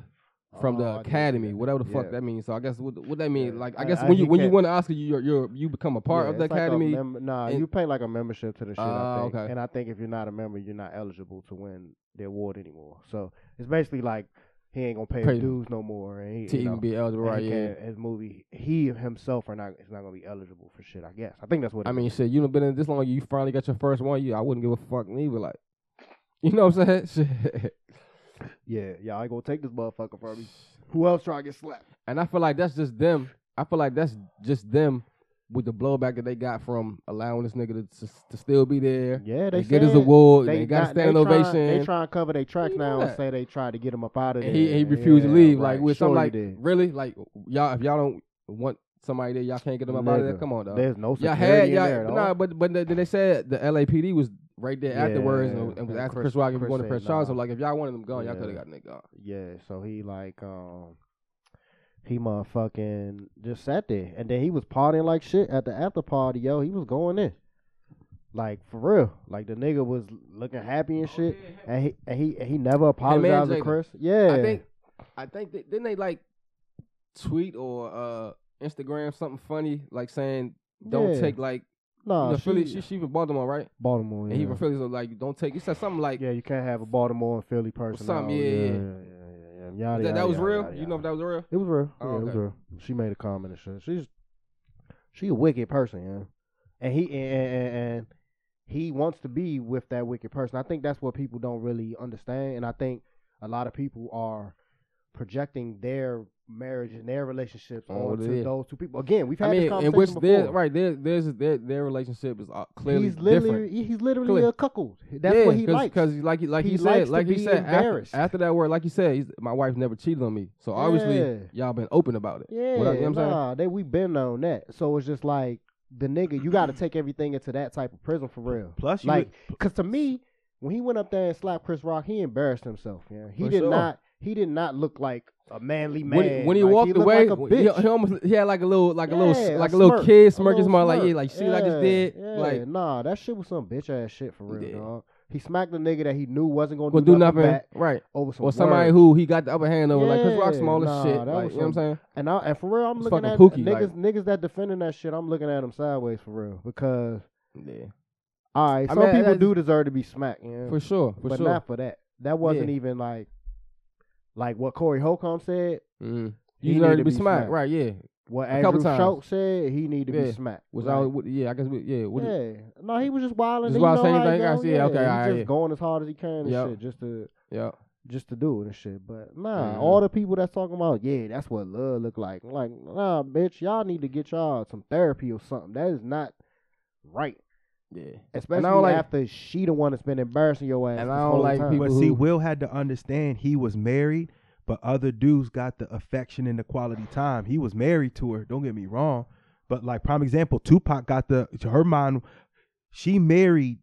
Speaker 3: from
Speaker 5: Oh, I
Speaker 3: the
Speaker 5: did see
Speaker 3: academy,
Speaker 5: that.
Speaker 3: whatever the fuck
Speaker 5: Yeah.
Speaker 3: that means. So I guess what, what that means,
Speaker 5: Yeah.
Speaker 3: like I
Speaker 5: I-
Speaker 3: guess
Speaker 5: I-
Speaker 3: when you
Speaker 5: he
Speaker 3: when you
Speaker 5: can't-
Speaker 3: win an Oscar, you you you become a part
Speaker 5: Yeah,
Speaker 3: of the
Speaker 5: it's like a
Speaker 3: academy.
Speaker 5: mem- nah,
Speaker 3: and-
Speaker 5: you pay like a membership to the shit.
Speaker 3: Ah,
Speaker 5: I think,
Speaker 3: okay.
Speaker 5: and I think if you're not a member, you're not eligible to win the award anymore. So it's basically like he ain't gonna pay
Speaker 3: Crazy.
Speaker 5: his dues no more, and he,
Speaker 3: to
Speaker 5: you
Speaker 3: even
Speaker 5: know,
Speaker 3: be E eligible,
Speaker 5: and
Speaker 3: right?
Speaker 5: he
Speaker 3: Yeah.
Speaker 5: can't- His movie, he himself are not. It's not gonna be eligible for shit. I guess. I think that's what.
Speaker 3: I
Speaker 5: it
Speaker 3: mean, shit, you done been in this long. You finally got your first one. You, I wouldn't give a fuck neither. Like, you know what I'm saying? Shit.
Speaker 5: Yeah, yeah, I ain't gonna take this motherfucker from me. Who else try to get slapped?
Speaker 3: And I feel like that's just them. I feel like that's just them with the blowback that they got from allowing this nigga to, to, to still be there.
Speaker 5: Yeah,
Speaker 3: They
Speaker 5: they
Speaker 3: get his
Speaker 5: said
Speaker 3: award. They, got a
Speaker 5: not-
Speaker 3: standing
Speaker 5: they trying-
Speaker 3: ovation.
Speaker 5: they trying to cover their tracks
Speaker 3: You know
Speaker 5: now
Speaker 3: that.
Speaker 5: and say they tried to get him up out of there.
Speaker 3: and he, he refused to leave. Like with
Speaker 5: some
Speaker 3: something like really, like y'all if y'all don't want somebody there, y'all can't get them up out of there.
Speaker 5: Nigga,
Speaker 3: Come on, dog.
Speaker 5: There's no
Speaker 3: Y'all
Speaker 5: security
Speaker 3: had
Speaker 5: in
Speaker 3: y'all,
Speaker 5: there at all.
Speaker 3: nah, but but then they said the LAPD was right there
Speaker 5: Yeah,
Speaker 3: afterwards and, and was
Speaker 5: and
Speaker 3: asking
Speaker 5: Chris-
Speaker 3: Chris Rock if you
Speaker 5: Chris
Speaker 3: want to
Speaker 5: said
Speaker 3: press charge. So
Speaker 5: nah.
Speaker 3: like if y'all wanted them gone, y'all
Speaker 5: Yeah.
Speaker 3: could have got nigga. gone.
Speaker 5: Yeah, so he like um he motherfucking just sat there and then he was partying like shit at the after party, yo. He was going in. Like for real, like the nigga was looking happy and shit, and he and he and he never apologized to
Speaker 3: Jada.
Speaker 5: Chris. Yeah,
Speaker 3: I think I think that didn't they like tweet or uh Instagram something funny like saying don't
Speaker 5: Yeah.
Speaker 3: take like you
Speaker 5: nah,
Speaker 3: know,
Speaker 5: she,
Speaker 3: Philly she she from Baltimore right
Speaker 5: Baltimore.
Speaker 3: and he
Speaker 5: yeah.
Speaker 3: from Philly so like don't take you said something like
Speaker 5: Yeah, you can't have a Baltimore and Philly person.
Speaker 3: something,
Speaker 5: out.
Speaker 3: yeah, yeah.
Speaker 5: yeah, yeah, yeah, yeah. Yada,
Speaker 3: that, that
Speaker 5: yada,
Speaker 3: was
Speaker 5: yada,
Speaker 3: real
Speaker 5: yada,
Speaker 3: you know
Speaker 5: yada.
Speaker 3: if that was real
Speaker 5: it was real.
Speaker 3: Oh,
Speaker 5: yeah, it was
Speaker 3: okay.
Speaker 5: real. She made a comment and shit. She's she a wicked person, yeah. And he and, and, and he wants to be with that wicked person. I think that's what people don't really understand, and I think a lot of people are projecting their marriage and their relationships
Speaker 3: Oh,
Speaker 5: onto
Speaker 3: yeah.
Speaker 5: those two people. Again, we've had
Speaker 3: I
Speaker 5: this
Speaker 3: mean in
Speaker 5: conversation
Speaker 3: which
Speaker 5: before.
Speaker 3: their right their their their their relationship is uh, clearly
Speaker 5: he's literally
Speaker 3: different.
Speaker 5: he- he's literally
Speaker 3: Clear.
Speaker 5: a cuckold. That's
Speaker 3: yeah,
Speaker 5: what he
Speaker 3: cause,
Speaker 5: likes.
Speaker 3: 'cause he- like he like
Speaker 5: He
Speaker 3: he,
Speaker 5: likes
Speaker 3: said
Speaker 5: to
Speaker 3: like he
Speaker 5: be
Speaker 3: said after,
Speaker 5: embarrassed.
Speaker 3: after that word like he said he's, my wife never cheated on me so obviously
Speaker 5: Yeah.
Speaker 3: y'all been open about it
Speaker 5: Yeah,
Speaker 3: What I- you know what I'm saying?
Speaker 5: nah, they we been on that. So it's just like the nigga, you got to take everything into that type of prison for real.
Speaker 4: Plus, you
Speaker 5: Like,
Speaker 4: would-
Speaker 5: cause to me, when he went up there and slapped Chris Rock, he embarrassed himself. Yeah, he
Speaker 3: For
Speaker 5: did
Speaker 3: sure.
Speaker 5: not. He did not look like a manly man.
Speaker 3: when he, when he
Speaker 5: Like,
Speaker 3: walked
Speaker 5: looked
Speaker 3: away,
Speaker 5: like a
Speaker 3: he,
Speaker 5: bitch.
Speaker 3: he almost he had like a little, like a
Speaker 5: Yeah,
Speaker 3: little, like a, little kid smirking
Speaker 5: little
Speaker 3: smile, like
Speaker 5: smirk.
Speaker 3: yeah, like see what I just
Speaker 5: Yeah,
Speaker 3: did,
Speaker 5: yeah.
Speaker 3: like
Speaker 5: nah, that shit was some bitch ass shit for real,
Speaker 3: Yeah.
Speaker 5: dog. He smacked a nigga that he knew wasn't gonna,
Speaker 3: gonna do nothing,
Speaker 5: back
Speaker 3: right?
Speaker 5: over some
Speaker 3: Or somebody
Speaker 5: words.
Speaker 3: who he got the upper hand over, like Chris Rock,
Speaker 5: Yeah,
Speaker 3: small as
Speaker 5: nah,
Speaker 3: shit,
Speaker 5: that
Speaker 3: like,
Speaker 5: was
Speaker 3: you know what I'm saying?
Speaker 5: And I and for real, I'm
Speaker 3: It's
Speaker 5: looking
Speaker 3: fucking
Speaker 5: at
Speaker 3: Pookie,
Speaker 5: niggas
Speaker 3: like-
Speaker 5: niggas that defending that shit. I'm looking at them sideways for real because
Speaker 3: Yeah,
Speaker 5: all right,
Speaker 3: I
Speaker 5: some
Speaker 3: mean,
Speaker 5: people
Speaker 3: that's-
Speaker 5: do deserve to be smacked, you know?
Speaker 3: for sure, for
Speaker 5: but
Speaker 3: sure.
Speaker 5: not for that. That wasn't
Speaker 3: Yeah.
Speaker 5: even like like what Corey Holcomb said.
Speaker 3: Mhm.
Speaker 5: He
Speaker 3: You deserve
Speaker 5: need
Speaker 3: to be smacked, right? Yeah,
Speaker 5: What
Speaker 3: A couple
Speaker 5: Andrew
Speaker 3: times.
Speaker 5: Schultz said, he need to be
Speaker 3: Yeah.
Speaker 5: smacked.
Speaker 3: was
Speaker 5: Like,
Speaker 3: I? would- Yeah, I guess. We, yeah, what
Speaker 5: yeah, no, he was just wilding.
Speaker 3: Just
Speaker 5: He
Speaker 3: wild
Speaker 5: know
Speaker 3: saying
Speaker 5: how it
Speaker 3: anything? I
Speaker 5: go,
Speaker 3: see,
Speaker 5: Yeah,
Speaker 3: okay,
Speaker 5: he
Speaker 3: alright,
Speaker 5: just
Speaker 3: yeah.
Speaker 5: going as hard as he can and
Speaker 3: Yep.
Speaker 5: shit, just to
Speaker 3: yeah,
Speaker 5: just to do it and shit. But nah,
Speaker 3: Mhm.
Speaker 5: all the people that's talking about, yeah, that's what love look like. I'm like, nah, bitch, y'all need to get y'all some therapy or something. That is not right.
Speaker 3: yeah.
Speaker 5: Especially
Speaker 3: don't like-
Speaker 5: after she the one that's been embarrassing your ass.
Speaker 3: And
Speaker 5: this
Speaker 3: I don't
Speaker 5: whole
Speaker 3: like
Speaker 5: time.
Speaker 3: people
Speaker 4: But see,
Speaker 3: who-
Speaker 4: Will had to understand he was married, but other dudes got the affection and the quality time. He was married to her. Don't get me wrong, but like prime example, Tupac got the to her mind. She married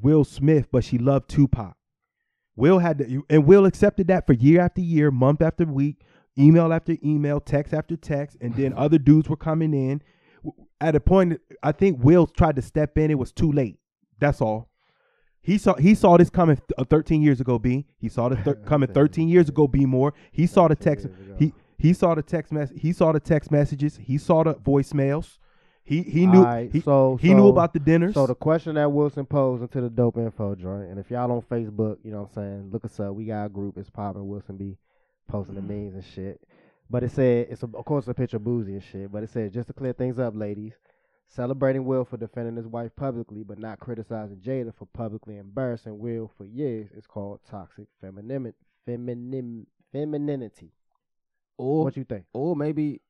Speaker 4: Will Smith, but she loved Tupac. Will had to, and Will accepted that for year after year, month after week, email after email, text after text, and then other dudes were coming in. At a point, I think Will tried to step in. It was too late. That's all. He saw he saw this coming th- uh, 13 years ago. B. He saw this thir- coming 13 years ago. B. More. He saw the
Speaker 5: 13
Speaker 4: text.
Speaker 5: years ago.
Speaker 4: He he saw the text mess. He saw the text messages. He saw the voicemails. He he knew
Speaker 5: Alright,
Speaker 4: he,
Speaker 5: so-
Speaker 4: he knew
Speaker 5: so-
Speaker 4: about the dinners.
Speaker 5: So the question that Wilson posed into the dope info joint, and if y'all on Facebook, you know what I'm saying, look us up. We got a group. It's popping. Wilson be posting the
Speaker 3: Mm-hmm.
Speaker 5: memes and shit. But it said it's a, of course a picture of Boozy and shit. But it said just to clear things up, ladies, celebrating Will for defending his wife publicly, but not criticizing Jada for publicly embarrassing Will for years is called toxic femininity. Feminin, femininity.
Speaker 3: Or
Speaker 5: What you think?
Speaker 3: or maybe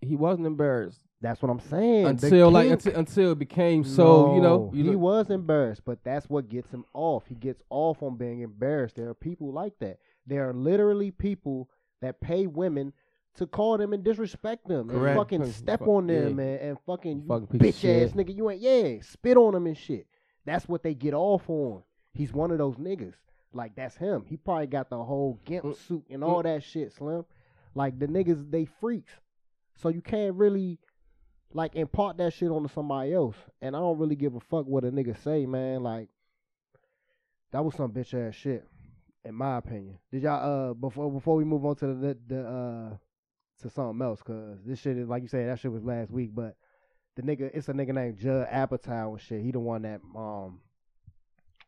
Speaker 3: he wasn't embarrassed
Speaker 5: That's what I'm saying. The
Speaker 3: until like
Speaker 5: kink-
Speaker 3: until, until it became so. you know,
Speaker 5: No,
Speaker 3: you
Speaker 5: he
Speaker 3: look-
Speaker 5: was embarrassed, but that's what gets him off. He gets off on being embarrassed. There are people like that. There are literally people that pay women to call them and disrespect them
Speaker 4: Correct.
Speaker 5: and fucking
Speaker 3: Fuck-
Speaker 5: step
Speaker 3: fuck-
Speaker 5: on them
Speaker 3: yeah.
Speaker 5: and, and fucking, you
Speaker 3: Fucking piece of
Speaker 5: bitch ass
Speaker 3: shit.
Speaker 5: nigga. You ain't yeah, spit on them and shit. That's what they get off on. He's one of those niggas. Like that's him. He probably got the whole gimp
Speaker 3: Mm,
Speaker 5: suit and all that shit, Slim. Like the niggas, they freaks. So you can't really like impart that shit onto somebody else. And I don't really give a fuck what a nigga say, man. Like that was some bitch ass shit, in my opinion. Did y'all uh before before we move on to the the uh to something else? Cause this shit is like you said that shit was last week, but the nigga it's a nigga named Judd Apatow and shit. He the one that um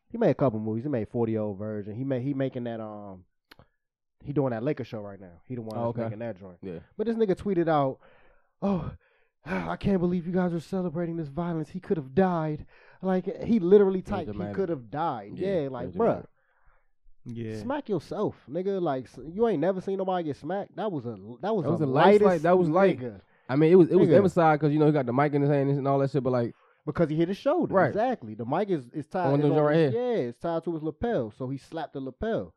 Speaker 5: he made a couple movies. He made Forty Old Virgin. He made he making that um he doing that Laker show right now. He the one that's
Speaker 3: Oh, okay.
Speaker 5: making that joint.
Speaker 3: yeah.
Speaker 5: But this nigga tweeted out, "Oh, I can't believe you guys are celebrating this violence. He could have died. Like he literally
Speaker 3: Very
Speaker 5: typed, he
Speaker 3: dramatic.
Speaker 5: could have died. Yeah,
Speaker 3: Yeah,
Speaker 5: like
Speaker 3: very
Speaker 5: bruh,
Speaker 3: dramatic.
Speaker 4: yeah.
Speaker 5: smack yourself, nigga. Like s- you ain't never seen nobody get smacked. That was a that was,
Speaker 3: That was
Speaker 5: a
Speaker 3: a light
Speaker 5: lightest
Speaker 3: slight- that was light.
Speaker 5: nigga
Speaker 3: I mean, it was it was
Speaker 5: Nigga.
Speaker 3: emphasized because you know he got the mic in his hand and all that shit, but like
Speaker 5: because he hit his shoulder.
Speaker 3: Right.
Speaker 5: Exactly. The mic is is tied
Speaker 3: On
Speaker 5: is
Speaker 3: this
Speaker 5: on
Speaker 3: right
Speaker 5: his-
Speaker 3: here.
Speaker 5: Yeah, it's tied to his lapel. So he slapped the lapel.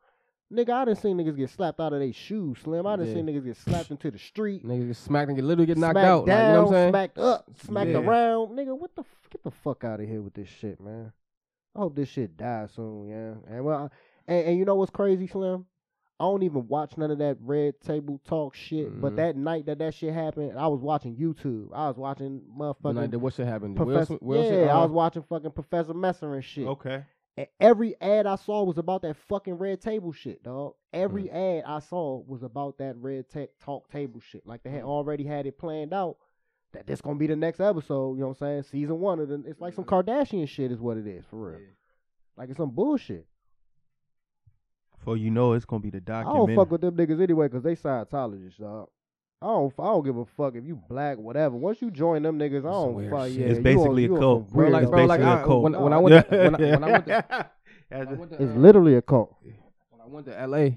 Speaker 5: Nigga, I done seen niggas get slapped out of their shoes, Slim. I done
Speaker 3: Yeah.
Speaker 5: seen niggas get slapped into the street.
Speaker 3: niggas get smacked and get literally get knocked
Speaker 5: smacked
Speaker 3: out.
Speaker 5: Down,
Speaker 3: like, you know what I'm saying?
Speaker 5: Smacked up, smacked
Speaker 4: Yeah.
Speaker 5: around. Nigga, what the f- get the fuck out of here with this shit, man. I hope this shit dies soon, yeah. And well, I- and, and you know what's crazy, Slim? I don't even watch none of that red table talk shit.
Speaker 3: Mhm.
Speaker 5: But that night that that shit happened, I was watching YouTube. I was watching motherfucking
Speaker 3: like, what should happen?
Speaker 5: Professor. yeah, I
Speaker 3: uh-huh.
Speaker 5: was watching fucking Professor Messer and shit.
Speaker 2: Okay.
Speaker 5: And every ad I saw was about that fucking red table shit, dog. Every
Speaker 3: Mm.
Speaker 5: ad I saw was about that red tech talk table shit. Like
Speaker 3: Mm.
Speaker 5: they had already had it planned out that this gonna be the next episode. You know what I'm saying? Season one of the. It's like some Kardashian shit is what it is for real. Like it's some bullshit.
Speaker 2: For you know, it's gonna be the
Speaker 5: I
Speaker 2: documentary.
Speaker 5: don't fuck with them niggas anyway because they Scientologists, dog. I don't, I don't give a fuck if you black, whatever. Once you join them niggas, I
Speaker 3: Some
Speaker 5: don't
Speaker 3: weird
Speaker 5: fuck.
Speaker 3: shit.
Speaker 5: Yeah,
Speaker 2: It's
Speaker 5: you
Speaker 2: basically
Speaker 5: are-
Speaker 2: a
Speaker 5: you are
Speaker 2: cult.
Speaker 5: some
Speaker 3: Bro, like,
Speaker 5: weirdos.
Speaker 3: bro, like,
Speaker 2: basically a
Speaker 3: I,
Speaker 2: cult.
Speaker 3: when, when I went, to, when, I, when I went to,
Speaker 2: As
Speaker 3: I
Speaker 2: a-
Speaker 3: went to,
Speaker 5: It's
Speaker 3: uh,
Speaker 5: literally a cult.
Speaker 3: when I went to LA,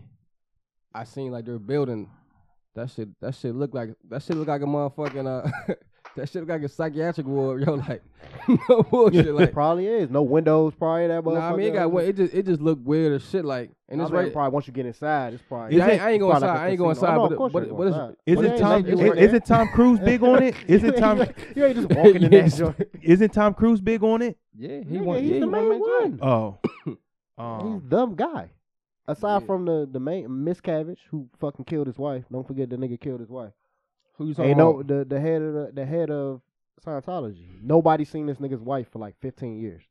Speaker 3: I seen like their building. That shit, that shit looked like that shit looked like a motherfucking uh, that shit look like a psychiatric ward, yo. Like no bullshit, like.
Speaker 5: probably is. No windows, probably in that motherfucker.
Speaker 3: Nah, I mean, it got wa- it just it just looked weird as shit. Like, and
Speaker 5: I
Speaker 3: it's
Speaker 5: bet
Speaker 3: right.
Speaker 5: Probably once you get inside, it's probably.
Speaker 3: Yeah, I ain't- I ain't
Speaker 5: it's
Speaker 3: going
Speaker 5: probably
Speaker 3: inside,
Speaker 5: a
Speaker 3: I ain't going
Speaker 5: casino.
Speaker 3: inside,
Speaker 5: Oh,
Speaker 3: but-
Speaker 5: no, of course
Speaker 3: but-
Speaker 5: you ain't
Speaker 3: but
Speaker 5: going
Speaker 3: it's-
Speaker 5: inside.
Speaker 2: Is
Speaker 5: Well,
Speaker 2: it
Speaker 5: yeah,
Speaker 2: Tom?
Speaker 5: like you were
Speaker 2: Is, is
Speaker 5: there.
Speaker 2: it Tom Cruise big on it? Is it Tom?
Speaker 5: you ain't just walking in
Speaker 3: You
Speaker 5: that
Speaker 3: ain't
Speaker 5: joint.
Speaker 2: Is it Tom Cruise big on it?
Speaker 3: Yeah, he
Speaker 5: Nigga,
Speaker 3: won.
Speaker 5: he's
Speaker 3: yeah,
Speaker 5: the
Speaker 3: he
Speaker 5: main
Speaker 3: won
Speaker 5: one.
Speaker 3: Man's Job.
Speaker 2: Oh,
Speaker 5: He's
Speaker 2: um,
Speaker 5: dumb guy. Aside
Speaker 3: Yeah.
Speaker 5: from the the main Miss Cabbage, who fucking killed his wife. Don't forget the nigga killed his wife.
Speaker 3: Who you talking
Speaker 5: Hey, no,
Speaker 3: about?
Speaker 5: the the head of the, the head of Scientology. Nobody seen this nigga's wife for like fifteen years.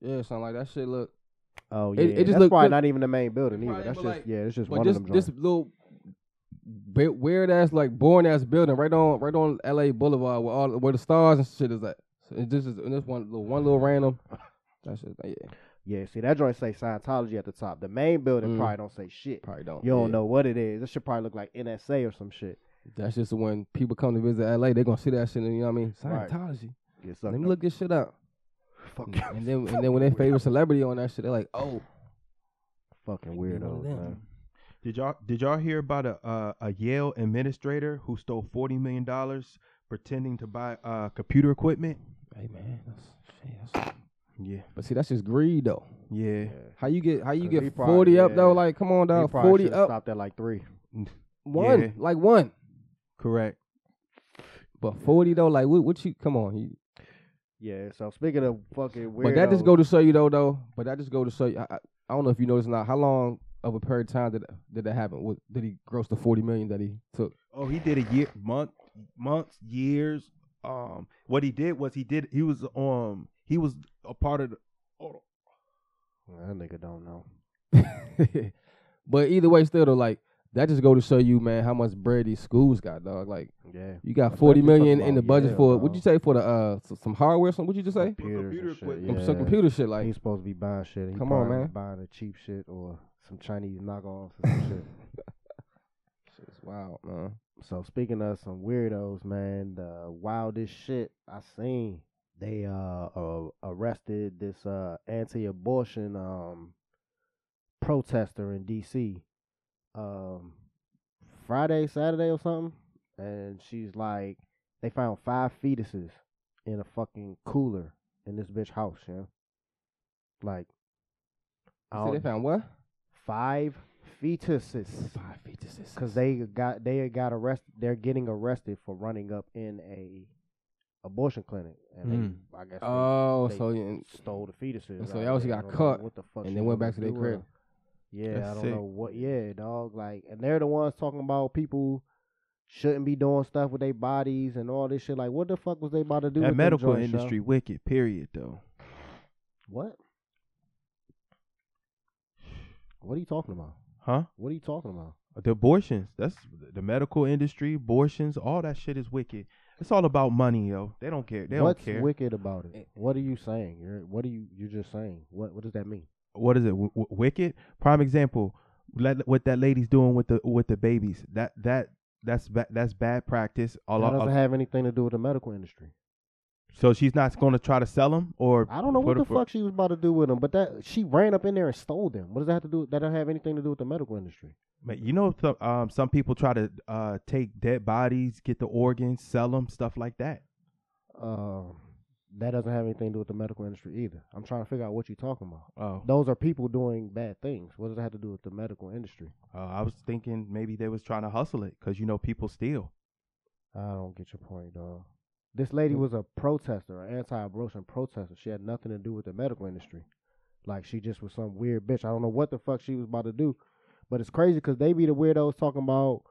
Speaker 3: Yeah, something like that. Shit look.
Speaker 5: Oh
Speaker 3: It- it just
Speaker 5: that's
Speaker 3: look-
Speaker 5: probably
Speaker 3: look-
Speaker 5: not even the main building either.
Speaker 3: Right,
Speaker 5: That's
Speaker 3: but
Speaker 5: just
Speaker 3: like-
Speaker 5: yeah, it's just
Speaker 3: But
Speaker 5: one
Speaker 3: this
Speaker 5: of them.
Speaker 3: this
Speaker 5: joints.
Speaker 3: little bi- weird ass like boring ass building right on right on L.A. Boulevard where all where the stars and shit is at. So it just is and this one little one little random. That shit, yeah,
Speaker 5: Yeah, see that joint say Scientology at the top. The main building
Speaker 3: Mm.
Speaker 5: probably don't say shit.
Speaker 3: probably don't.
Speaker 5: You don't
Speaker 3: yeah.
Speaker 5: know what it is. This should probably look like NSA or some shit.
Speaker 3: That's just when people come to visit L.A. They're gonna see that shit. And, you know what I mean?
Speaker 5: Right.
Speaker 3: Scientology.
Speaker 5: Get
Speaker 3: Let
Speaker 5: sucked
Speaker 3: me
Speaker 5: up.
Speaker 3: look this shit up.
Speaker 5: Fuck
Speaker 3: And and then and then when their favorite celebrity on that shit, they're like, oh,
Speaker 5: Fucking
Speaker 3: you one of
Speaker 5: weirdos,
Speaker 3: them.
Speaker 5: man.
Speaker 2: did y'all did y'all hear about a uh, a Yale administrator who stole forty million dollars pretending to buy uh, computer equipment?
Speaker 3: Hey man, that's, shit, that's-
Speaker 2: Yeah,
Speaker 3: but see that's just greed though.
Speaker 2: yeah.
Speaker 3: How you get how you
Speaker 5: 'Cause he
Speaker 3: get
Speaker 5: probably-
Speaker 3: forty up
Speaker 5: yeah.
Speaker 3: though? Like come on
Speaker 5: He
Speaker 3: down,
Speaker 5: probably
Speaker 3: forty
Speaker 5: should've
Speaker 3: up
Speaker 5: Stopped at like three.
Speaker 3: one
Speaker 2: Yeah.
Speaker 3: like one,
Speaker 2: Correct.
Speaker 3: but forty though like what what you come on. You,
Speaker 5: Yeah. So speaking of fucking weirdos,
Speaker 3: but that just go to show you though though. But that just go to show you. I, I, I don't know if you noticed or not. How long of a period of time did did that happen? What, did he gross the forty million that he took?
Speaker 2: Oh, he did a year, month, months, years. Um, what he did was he did he was um he was a part of the. Hold on.
Speaker 5: That nigga don't know.
Speaker 3: but either way, still though like that just go to show you man how much bread these schools got dog. Like
Speaker 5: Yeah.
Speaker 3: you got
Speaker 5: That's
Speaker 3: forty
Speaker 5: what you
Speaker 3: million
Speaker 5: talking
Speaker 3: in the
Speaker 5: about.
Speaker 3: budget
Speaker 5: Yeah,
Speaker 3: for
Speaker 5: dog.
Speaker 3: what'd you say for the uh s- some hardware? Some what'd you just say?
Speaker 5: Computers
Speaker 2: computer
Speaker 5: and shit,
Speaker 2: equipment.
Speaker 5: Yeah.
Speaker 3: Some computer shit like
Speaker 5: He's supposed to be buying shit. He
Speaker 3: Come
Speaker 5: probably
Speaker 3: on, man.
Speaker 5: Buying the cheap shit or some Chinese knockoffs or some shit.
Speaker 3: Shit's wild, man.
Speaker 5: So speaking of some weirdos, man, the wildest shit I seen. They uh, uh arrested this uh anti-abortion um protester in D.C. um Friday, Saturday or something, and she's like, they found five fetuses in a fucking cooler in this bitch house, yeah. Like, I
Speaker 3: See, they
Speaker 5: don't-
Speaker 3: found what?
Speaker 5: five fetuses.
Speaker 3: Five fetuses.
Speaker 5: Cause they got they got arrested. They're getting arrested for running up in a abortion clinic, and they, I guess they
Speaker 3: Oh,
Speaker 5: they
Speaker 3: so yeah,
Speaker 5: stole the fetuses.
Speaker 3: Mm. and so
Speaker 5: out
Speaker 3: y'all
Speaker 5: there.
Speaker 3: got
Speaker 5: I don't know
Speaker 3: caught,
Speaker 5: What the fuck?
Speaker 3: and
Speaker 5: she
Speaker 3: they
Speaker 5: wanna
Speaker 3: went back to their
Speaker 5: do with
Speaker 3: crib.
Speaker 5: 'em. Yeah,
Speaker 2: That's
Speaker 5: I don't
Speaker 2: sick.
Speaker 5: know what. Yeah, dog. Like, and they're the ones talking about people shouldn't be doing stuff with their bodies and all this shit. Like, what the fuck was they about to do?
Speaker 2: That
Speaker 5: with them
Speaker 2: medical
Speaker 5: joints, yo?
Speaker 2: industry wicked. Period. Though.
Speaker 5: What? What are you talking about?
Speaker 2: Huh?
Speaker 5: What are you talking about?
Speaker 2: The abortions. That's the medical industry. Abortions. All that shit is wicked. It's all about money, yo. They don't care. They
Speaker 5: What's
Speaker 2: don't care.
Speaker 5: wicked about it? What are you saying? You're what are you you're just saying? What what does that mean?
Speaker 2: what is it? W- w- wicked. Prime example. Let, what that lady's doing with the with the babies. That that that's ba- that's bad practice. A
Speaker 5: That
Speaker 2: lot-
Speaker 5: doesn't
Speaker 2: a-
Speaker 5: have anything to do with the medical industry.
Speaker 2: so she's not going to try to sell them, or
Speaker 5: I don't know
Speaker 2: put
Speaker 5: what the
Speaker 2: 'em for-
Speaker 5: fuck she was about to do with them, but that she ran up in there and stole them. What does that have to do? That don't have anything to do with the medical industry.
Speaker 2: Man, you know, some, um, some people try to uh, take dead bodies, get the organs, sell them, stuff like that.
Speaker 5: Um, that doesn't have anything to do with the medical industry either. I'm trying to figure out what you're talking about.
Speaker 2: Oh,
Speaker 5: Those are people doing bad things. What does that have to do with the medical industry?
Speaker 2: uh, I was thinking maybe they was trying to hustle it because you know people steal.
Speaker 5: I don't get your point, dog. This lady was a protester, an anti-abortion protester. She had nothing to do with the medical industry. Like she just was some weird bitch. I don't know what the fuck she was about to do, But it's crazy because they be the weirdos talking about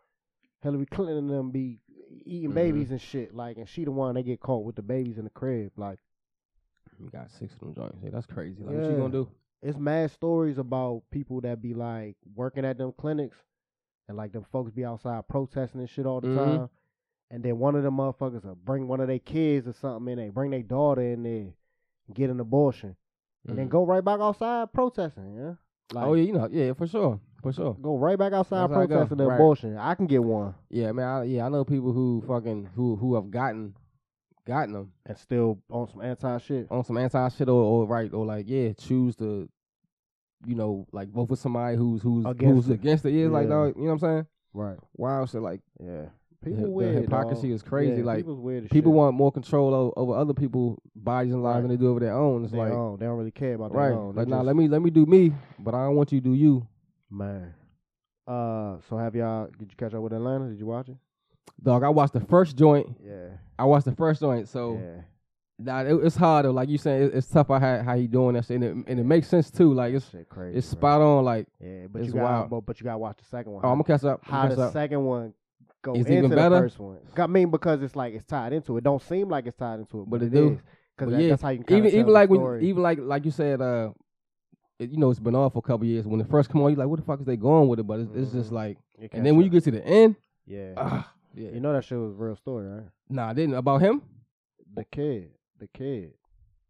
Speaker 5: Hillary Clinton and them be eating
Speaker 3: Mhm.
Speaker 5: babies and shit. Like, and she the one they get caught with the babies in the crib. Like,
Speaker 3: You got six of them joints. Hey, that's crazy. Like, what you
Speaker 5: Yeah.
Speaker 3: gonna do?
Speaker 5: it's mad stories about people that be like working at them clinics and like them folks be outside protesting and shit all the
Speaker 3: Mhm.
Speaker 5: time. And then one of them motherfuckers will bring one of their kids or something in there, bring their daughter in there, get an abortion, and then
Speaker 3: Mhm.
Speaker 5: go right back outside protesting. Yeah. Like,
Speaker 3: oh yeah, you know, yeah, for sure, for sure.
Speaker 5: Go right back outside
Speaker 3: That's how it go.
Speaker 5: protesting the
Speaker 3: Right.
Speaker 5: abortion. I can get one
Speaker 3: Yeah, man. I, yeah, I know people who fucking who who have gotten gotten them
Speaker 5: and still on some anti shit.
Speaker 3: on some anti shit or, or right or like yeah, choose to you know like vote for somebody who's who's
Speaker 5: Against
Speaker 3: who's
Speaker 5: it.
Speaker 3: against it. Yeah, like
Speaker 5: Yeah.
Speaker 3: dog, you know what I'm saying?
Speaker 5: Right.
Speaker 3: Wow, shit like
Speaker 5: Yeah.
Speaker 3: the-
Speaker 5: People
Speaker 3: the
Speaker 5: weird.
Speaker 3: hypocrisy
Speaker 5: dawg.
Speaker 3: is crazy.
Speaker 5: Yeah,
Speaker 3: like people,
Speaker 5: people's weird as shit.
Speaker 3: want more control o- over other people's bodies and lives
Speaker 5: Right.
Speaker 3: than they do over their own. It's
Speaker 5: They
Speaker 3: like
Speaker 5: don't- they don't really care about their
Speaker 3: right,
Speaker 5: own. They
Speaker 3: like nah,
Speaker 5: just-
Speaker 3: let me let me do me, but I don't want you to do you.
Speaker 5: Man. Uh, so have y'all? Did you catch up with Atlanta? Did you watch it?
Speaker 3: Dog, I watched the first joint.
Speaker 5: Yeah.
Speaker 3: I watched the first joint, so.
Speaker 5: Yeah.
Speaker 3: Nah, it, it's hard though. Like you saying, it, it's tough. I how, how you doing that shit, and it, and it makes sense too. Like it's
Speaker 5: Shit crazy.
Speaker 3: it's
Speaker 5: bro.
Speaker 3: spot on. Like
Speaker 5: Yeah, but
Speaker 3: it's
Speaker 5: you got
Speaker 3: wild.
Speaker 5: but, but you got to watch the second one.
Speaker 3: oh, I'm gonna catch up.
Speaker 5: how
Speaker 3: I'm gonna
Speaker 5: the
Speaker 3: catch up.
Speaker 5: second one goes
Speaker 3: Is
Speaker 5: into
Speaker 3: even
Speaker 5: the
Speaker 3: better?
Speaker 5: first one. I mean, because it's like it's tied into it. Don't seem like it's tied into it,
Speaker 3: But
Speaker 5: but,
Speaker 3: it
Speaker 5: it
Speaker 3: do.
Speaker 5: is.
Speaker 3: But
Speaker 5: Because that,
Speaker 3: yeah,
Speaker 5: that's how you can kinda
Speaker 3: Even
Speaker 5: tell
Speaker 3: even
Speaker 5: the
Speaker 3: like when
Speaker 5: story.
Speaker 3: even like like you said, uh, it, you know, it's been on for a couple years. When it first come on, you like, what the fuck is they going with it? But it's, it's just
Speaker 5: Mhm.
Speaker 3: like,
Speaker 5: You
Speaker 3: and then when you
Speaker 5: catch
Speaker 3: get to the end,
Speaker 5: up. yeah,
Speaker 3: ah, yeah,
Speaker 5: you know that shit was a real story, right?
Speaker 3: nah, I didn't about him.
Speaker 5: The kid, the kid,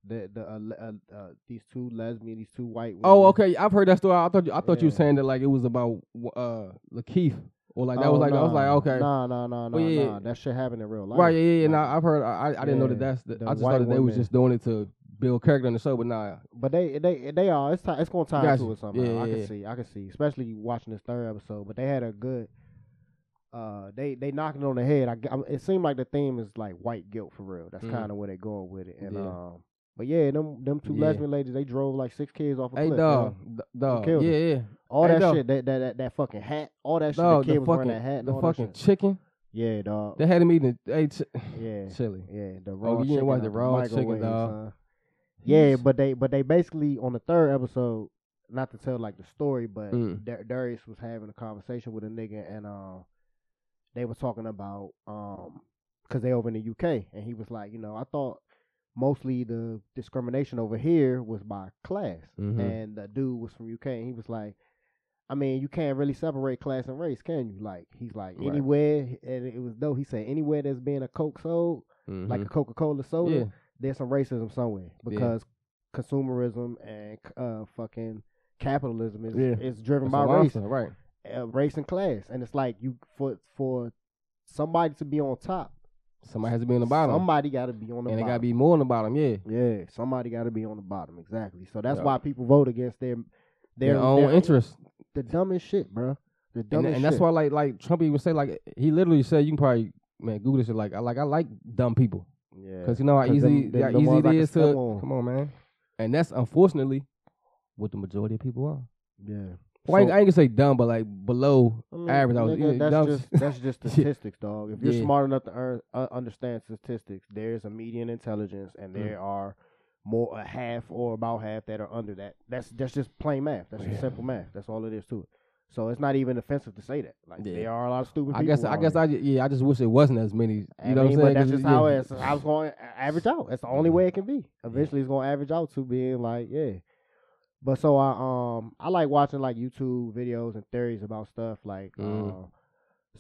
Speaker 5: the the uh, le- uh, uh, these two lesbian, these two white.
Speaker 3: Oh,
Speaker 5: women.
Speaker 3: okay, I've heard that story. I thought you, I thought
Speaker 5: Mm-hmm.
Speaker 3: you were
Speaker 5: Yeah.
Speaker 3: saying that like it was about uh Lakeith or like that was
Speaker 5: Oh,
Speaker 3: like I was like
Speaker 5: nah.
Speaker 3: okay.
Speaker 5: nah, nah, nah, nah,
Speaker 3: Well, yeah.
Speaker 5: nah. That shit happened in real life.
Speaker 3: Right, yeah, yeah, yeah.
Speaker 5: Like,
Speaker 3: Nah, I've heard. I, I- I didn't know that
Speaker 5: Yeah,
Speaker 3: that's. The,
Speaker 5: the
Speaker 3: I just
Speaker 5: white
Speaker 3: thought that they was
Speaker 5: woman.
Speaker 3: just doing it to build character on the show, but nah,
Speaker 5: But they they they are it's ti it's gonna tie
Speaker 3: Gotcha.
Speaker 5: into it somehow.
Speaker 3: Yeah,
Speaker 5: I
Speaker 3: yeah,
Speaker 5: can
Speaker 3: yeah.
Speaker 5: see I can see, especially watching this third episode. But they had a good. Uh, they they knocking it on the head. I, g- I'm- it seemed like the theme is like white guilt for real. That's
Speaker 3: Mm.
Speaker 5: kind of where they're going with it. And
Speaker 3: Yeah.
Speaker 5: um, but yeah, them them two
Speaker 3: Yeah.
Speaker 5: lesbian ladies, they drove like six kids off a
Speaker 3: Hey,
Speaker 5: cliff.
Speaker 3: dog,
Speaker 5: man.
Speaker 3: d- dog, yeah,
Speaker 5: killed him.
Speaker 3: yeah,
Speaker 5: all
Speaker 3: Hey,
Speaker 5: that
Speaker 3: dog.
Speaker 5: shit, that, that that that fucking hat, all that shit.
Speaker 3: dog,
Speaker 5: the
Speaker 3: the
Speaker 5: kid was
Speaker 3: fucking,
Speaker 5: weaking wearing that hat, and
Speaker 3: the
Speaker 5: all that
Speaker 3: fucking
Speaker 5: shit.
Speaker 3: chicken.
Speaker 5: yeah, dog,
Speaker 3: They had him eating. the- Hey, ch-
Speaker 5: yeah,
Speaker 3: chili.
Speaker 5: yeah, the raw
Speaker 3: Oh, you didn't
Speaker 5: chicken
Speaker 3: watch
Speaker 5: out
Speaker 3: the raw chicken,
Speaker 5: microwave,
Speaker 3: dog.
Speaker 5: son. Yeah,
Speaker 3: Yes.
Speaker 5: but they but they basically on the third episode, not to tell like the story, but
Speaker 3: Mm.
Speaker 5: Dar- Darius was having a conversation with a nigga, and um, they were talking about um, cause they over in the UK, and he was like, you know, I thought mostly the discrimination over here was by class,
Speaker 3: Mhm.
Speaker 5: and the dude was from UK, and he was like. I mean, you can't really separate class and race, can you? Like, he's like
Speaker 3: Right.
Speaker 5: anywhere, and it was though he said anywhere there's been a Coke sold,
Speaker 3: Mm-hmm.
Speaker 5: like a Coca Cola soda,
Speaker 3: yeah,
Speaker 5: there's some racism somewhere because consumerism and uh, fucking capitalism is
Speaker 3: Yeah.
Speaker 5: is driven
Speaker 3: It's a
Speaker 5: by race,
Speaker 3: lobster, right?
Speaker 5: uh, race and class, and it's like you for for somebody to be on top,
Speaker 3: Somebody has to be on the bottom,
Speaker 5: somebody got to be on the
Speaker 3: and it got to
Speaker 5: bottom.
Speaker 3: be more on the bottom. Yeah,
Speaker 5: yeah, somebody got to be on the bottom exactly. So that's
Speaker 3: Yeah.
Speaker 5: why people vote against their their,
Speaker 3: their own
Speaker 5: their-
Speaker 3: interest,
Speaker 5: The dumbest shit, bro. The
Speaker 3: and,
Speaker 5: dumbest
Speaker 3: and that's
Speaker 5: shit.
Speaker 3: why like like Trump even said like he literally said you can probably man Google this shit like I like I like dumb people
Speaker 5: yeah.
Speaker 3: because you know how
Speaker 5: 'Cause
Speaker 3: easy
Speaker 5: them- them-
Speaker 3: how
Speaker 5: them
Speaker 3: easy
Speaker 5: ones
Speaker 3: it
Speaker 5: I can
Speaker 3: is to
Speaker 5: step on.
Speaker 3: come on man, and that's unfortunately what the majority of people are.
Speaker 5: yeah.
Speaker 3: Well, I, ain't,
Speaker 5: So-
Speaker 3: I ain't gonna say dumb, but like below
Speaker 5: I mean,
Speaker 3: average. I was,
Speaker 5: Mm, nigga,
Speaker 3: yeah,
Speaker 5: that's
Speaker 3: dumb.
Speaker 5: just that's just
Speaker 3: Yeah.
Speaker 5: statistics, dog. If you're
Speaker 3: Yeah.
Speaker 5: smart enough to earn, uh, understand statistics, there's a median intelligence, and
Speaker 3: Mm.
Speaker 5: there are more a half or about half that are under that. That's that's just plain math. That's just
Speaker 3: Yeah.
Speaker 5: simple math. That's all it is to it. So it's not even offensive to say that. Like
Speaker 3: Yeah.
Speaker 5: there are a lot of stupid.
Speaker 3: I
Speaker 5: people
Speaker 3: guess I
Speaker 5: out
Speaker 3: guess
Speaker 5: here.
Speaker 3: I ju- yeah I just wish it wasn't as many.
Speaker 5: I
Speaker 3: You
Speaker 5: mean,
Speaker 3: know what I'm saying?
Speaker 5: But that's
Speaker 3: 'Cause
Speaker 5: just
Speaker 3: it-
Speaker 5: how
Speaker 3: yeah.
Speaker 5: it is. I was going to average out. That's the only
Speaker 3: Yeah.
Speaker 5: way it can be. Eventually, it's going to average out to being like, yeah. But so I um I like watching like YouTube videos and theories about stuff like.
Speaker 3: Mm.
Speaker 5: Uh,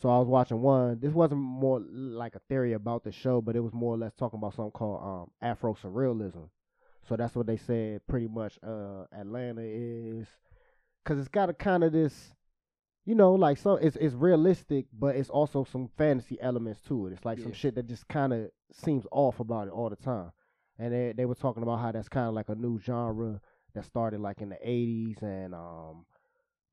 Speaker 5: so I was watching one. This wasn't more like a theory about the show, but it was more or less talking about something called um Afro surrealism. So that's what they said. Pretty much, uh, Atlanta is because it's got a kind of this you know, like so it's it's realistic, but it's also some fantasy elements to it. It's like some
Speaker 3: Yeah.
Speaker 5: shit that just kind of seems off about it all the time. And they they were talking about how that's kind of like a new genre that started like in the '80s, and um,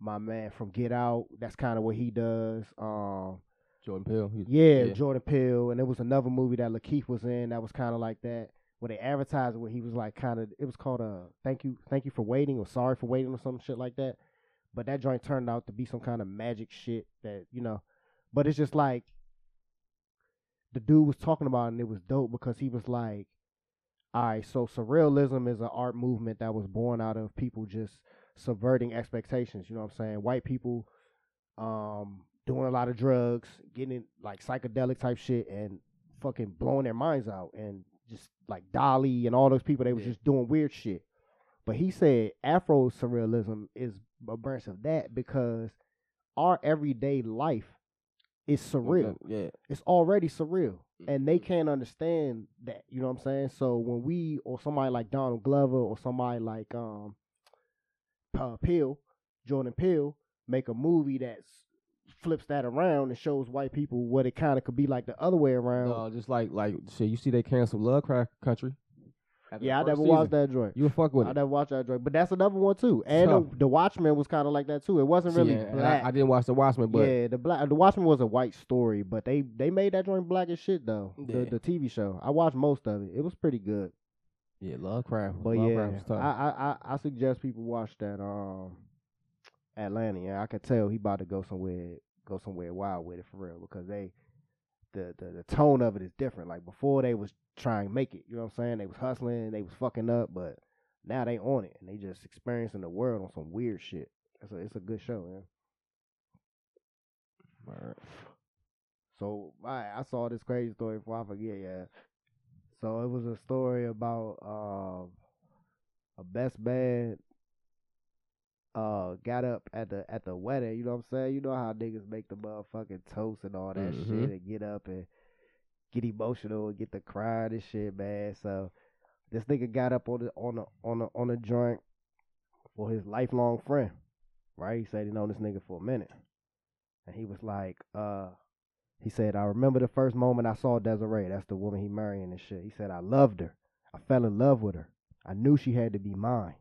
Speaker 5: my man from Get Out, that's kind of what he does. Um,
Speaker 3: Jordan Peele. he's-
Speaker 5: yeah,
Speaker 3: yeah.
Speaker 5: Jordan Peele, and there was another movie that Lakeith was in that was kind of like that, where they advertised it, where he was like kind of. It was called uh, "Thank You, Thank You for Waiting" or "Sorry for Waiting" or some shit like that. But that joint turned out to be some kind of magic shit that you know. But it's just like the dude was talking about, it and it was dope because he was like, "All right, so surrealism is an art movement that was born out of people just subverting expectations." You know what I'm saying? White people um, doing a lot of drugs, getting in, like psychedelic type shit, and fucking blowing their minds out, and just like Dolly and all those people, they was
Speaker 3: Yeah.
Speaker 5: just doing weird shit. But he said Afro surrealism is a branch of that because our everyday life is surreal
Speaker 3: Yeah.
Speaker 5: it's already surreal and they
Speaker 3: Mhm.
Speaker 5: can't understand that you know what i'm saying so when we or somebody like donald glover or somebody like um uh, pill jordan pill make a movie that flips that around and shows white people what it kind of could be like the other way around
Speaker 3: No, just like like shit. You see, they canceled Love Crack Country. after the
Speaker 5: yeah i
Speaker 3: first
Speaker 5: never
Speaker 3: season.
Speaker 5: watched that joint
Speaker 3: You would fuck with
Speaker 5: I
Speaker 3: it.
Speaker 5: never watched that joint, but that's another one too. And
Speaker 3: Tough.
Speaker 5: the, the Watchmen was kind of like that too. It wasn't
Speaker 3: See,
Speaker 5: really
Speaker 3: and- and
Speaker 5: black.
Speaker 3: I, I didn't watch The Watchmen, but
Speaker 5: yeah, the black the Watchmen was a white story, but they they made that joint black as shit though.
Speaker 3: Yeah.
Speaker 5: The the TV show I watched most of it. It was pretty good,
Speaker 3: yeah, Love Crack.
Speaker 5: but
Speaker 3: Love
Speaker 5: yeah,
Speaker 3: Crack was
Speaker 5: I,
Speaker 3: tough.
Speaker 5: I I I suggest people watch that um Atlantean. I could tell he about to go somewhere go somewhere wild with it for real because they the, the the tone of it is different. Like before they was trying to make it, you know what I'm saying? They was hustling, they was fucking up, but now they on it and they just experiencing the world on some weird shit. It's a it's a good show, man. So I I saw this crazy story before I forget, yeah. So it was a story about um a best man uh got up at the at the wedding, you know what I'm saying? You know how niggas make the motherfucking toast and all that shit
Speaker 3: Mhm.
Speaker 5: and get up and get emotional and get to crying and shit, man. So this nigga got up on the on the on the on the joint for his lifelong friend. Right? He said he known this nigga for a minute. And he was like, uh he said, I remember the first moment I saw Desiree. That's the woman he marrying and shit. He said, I loved her. I fell in love with her. I knew she had to be mine.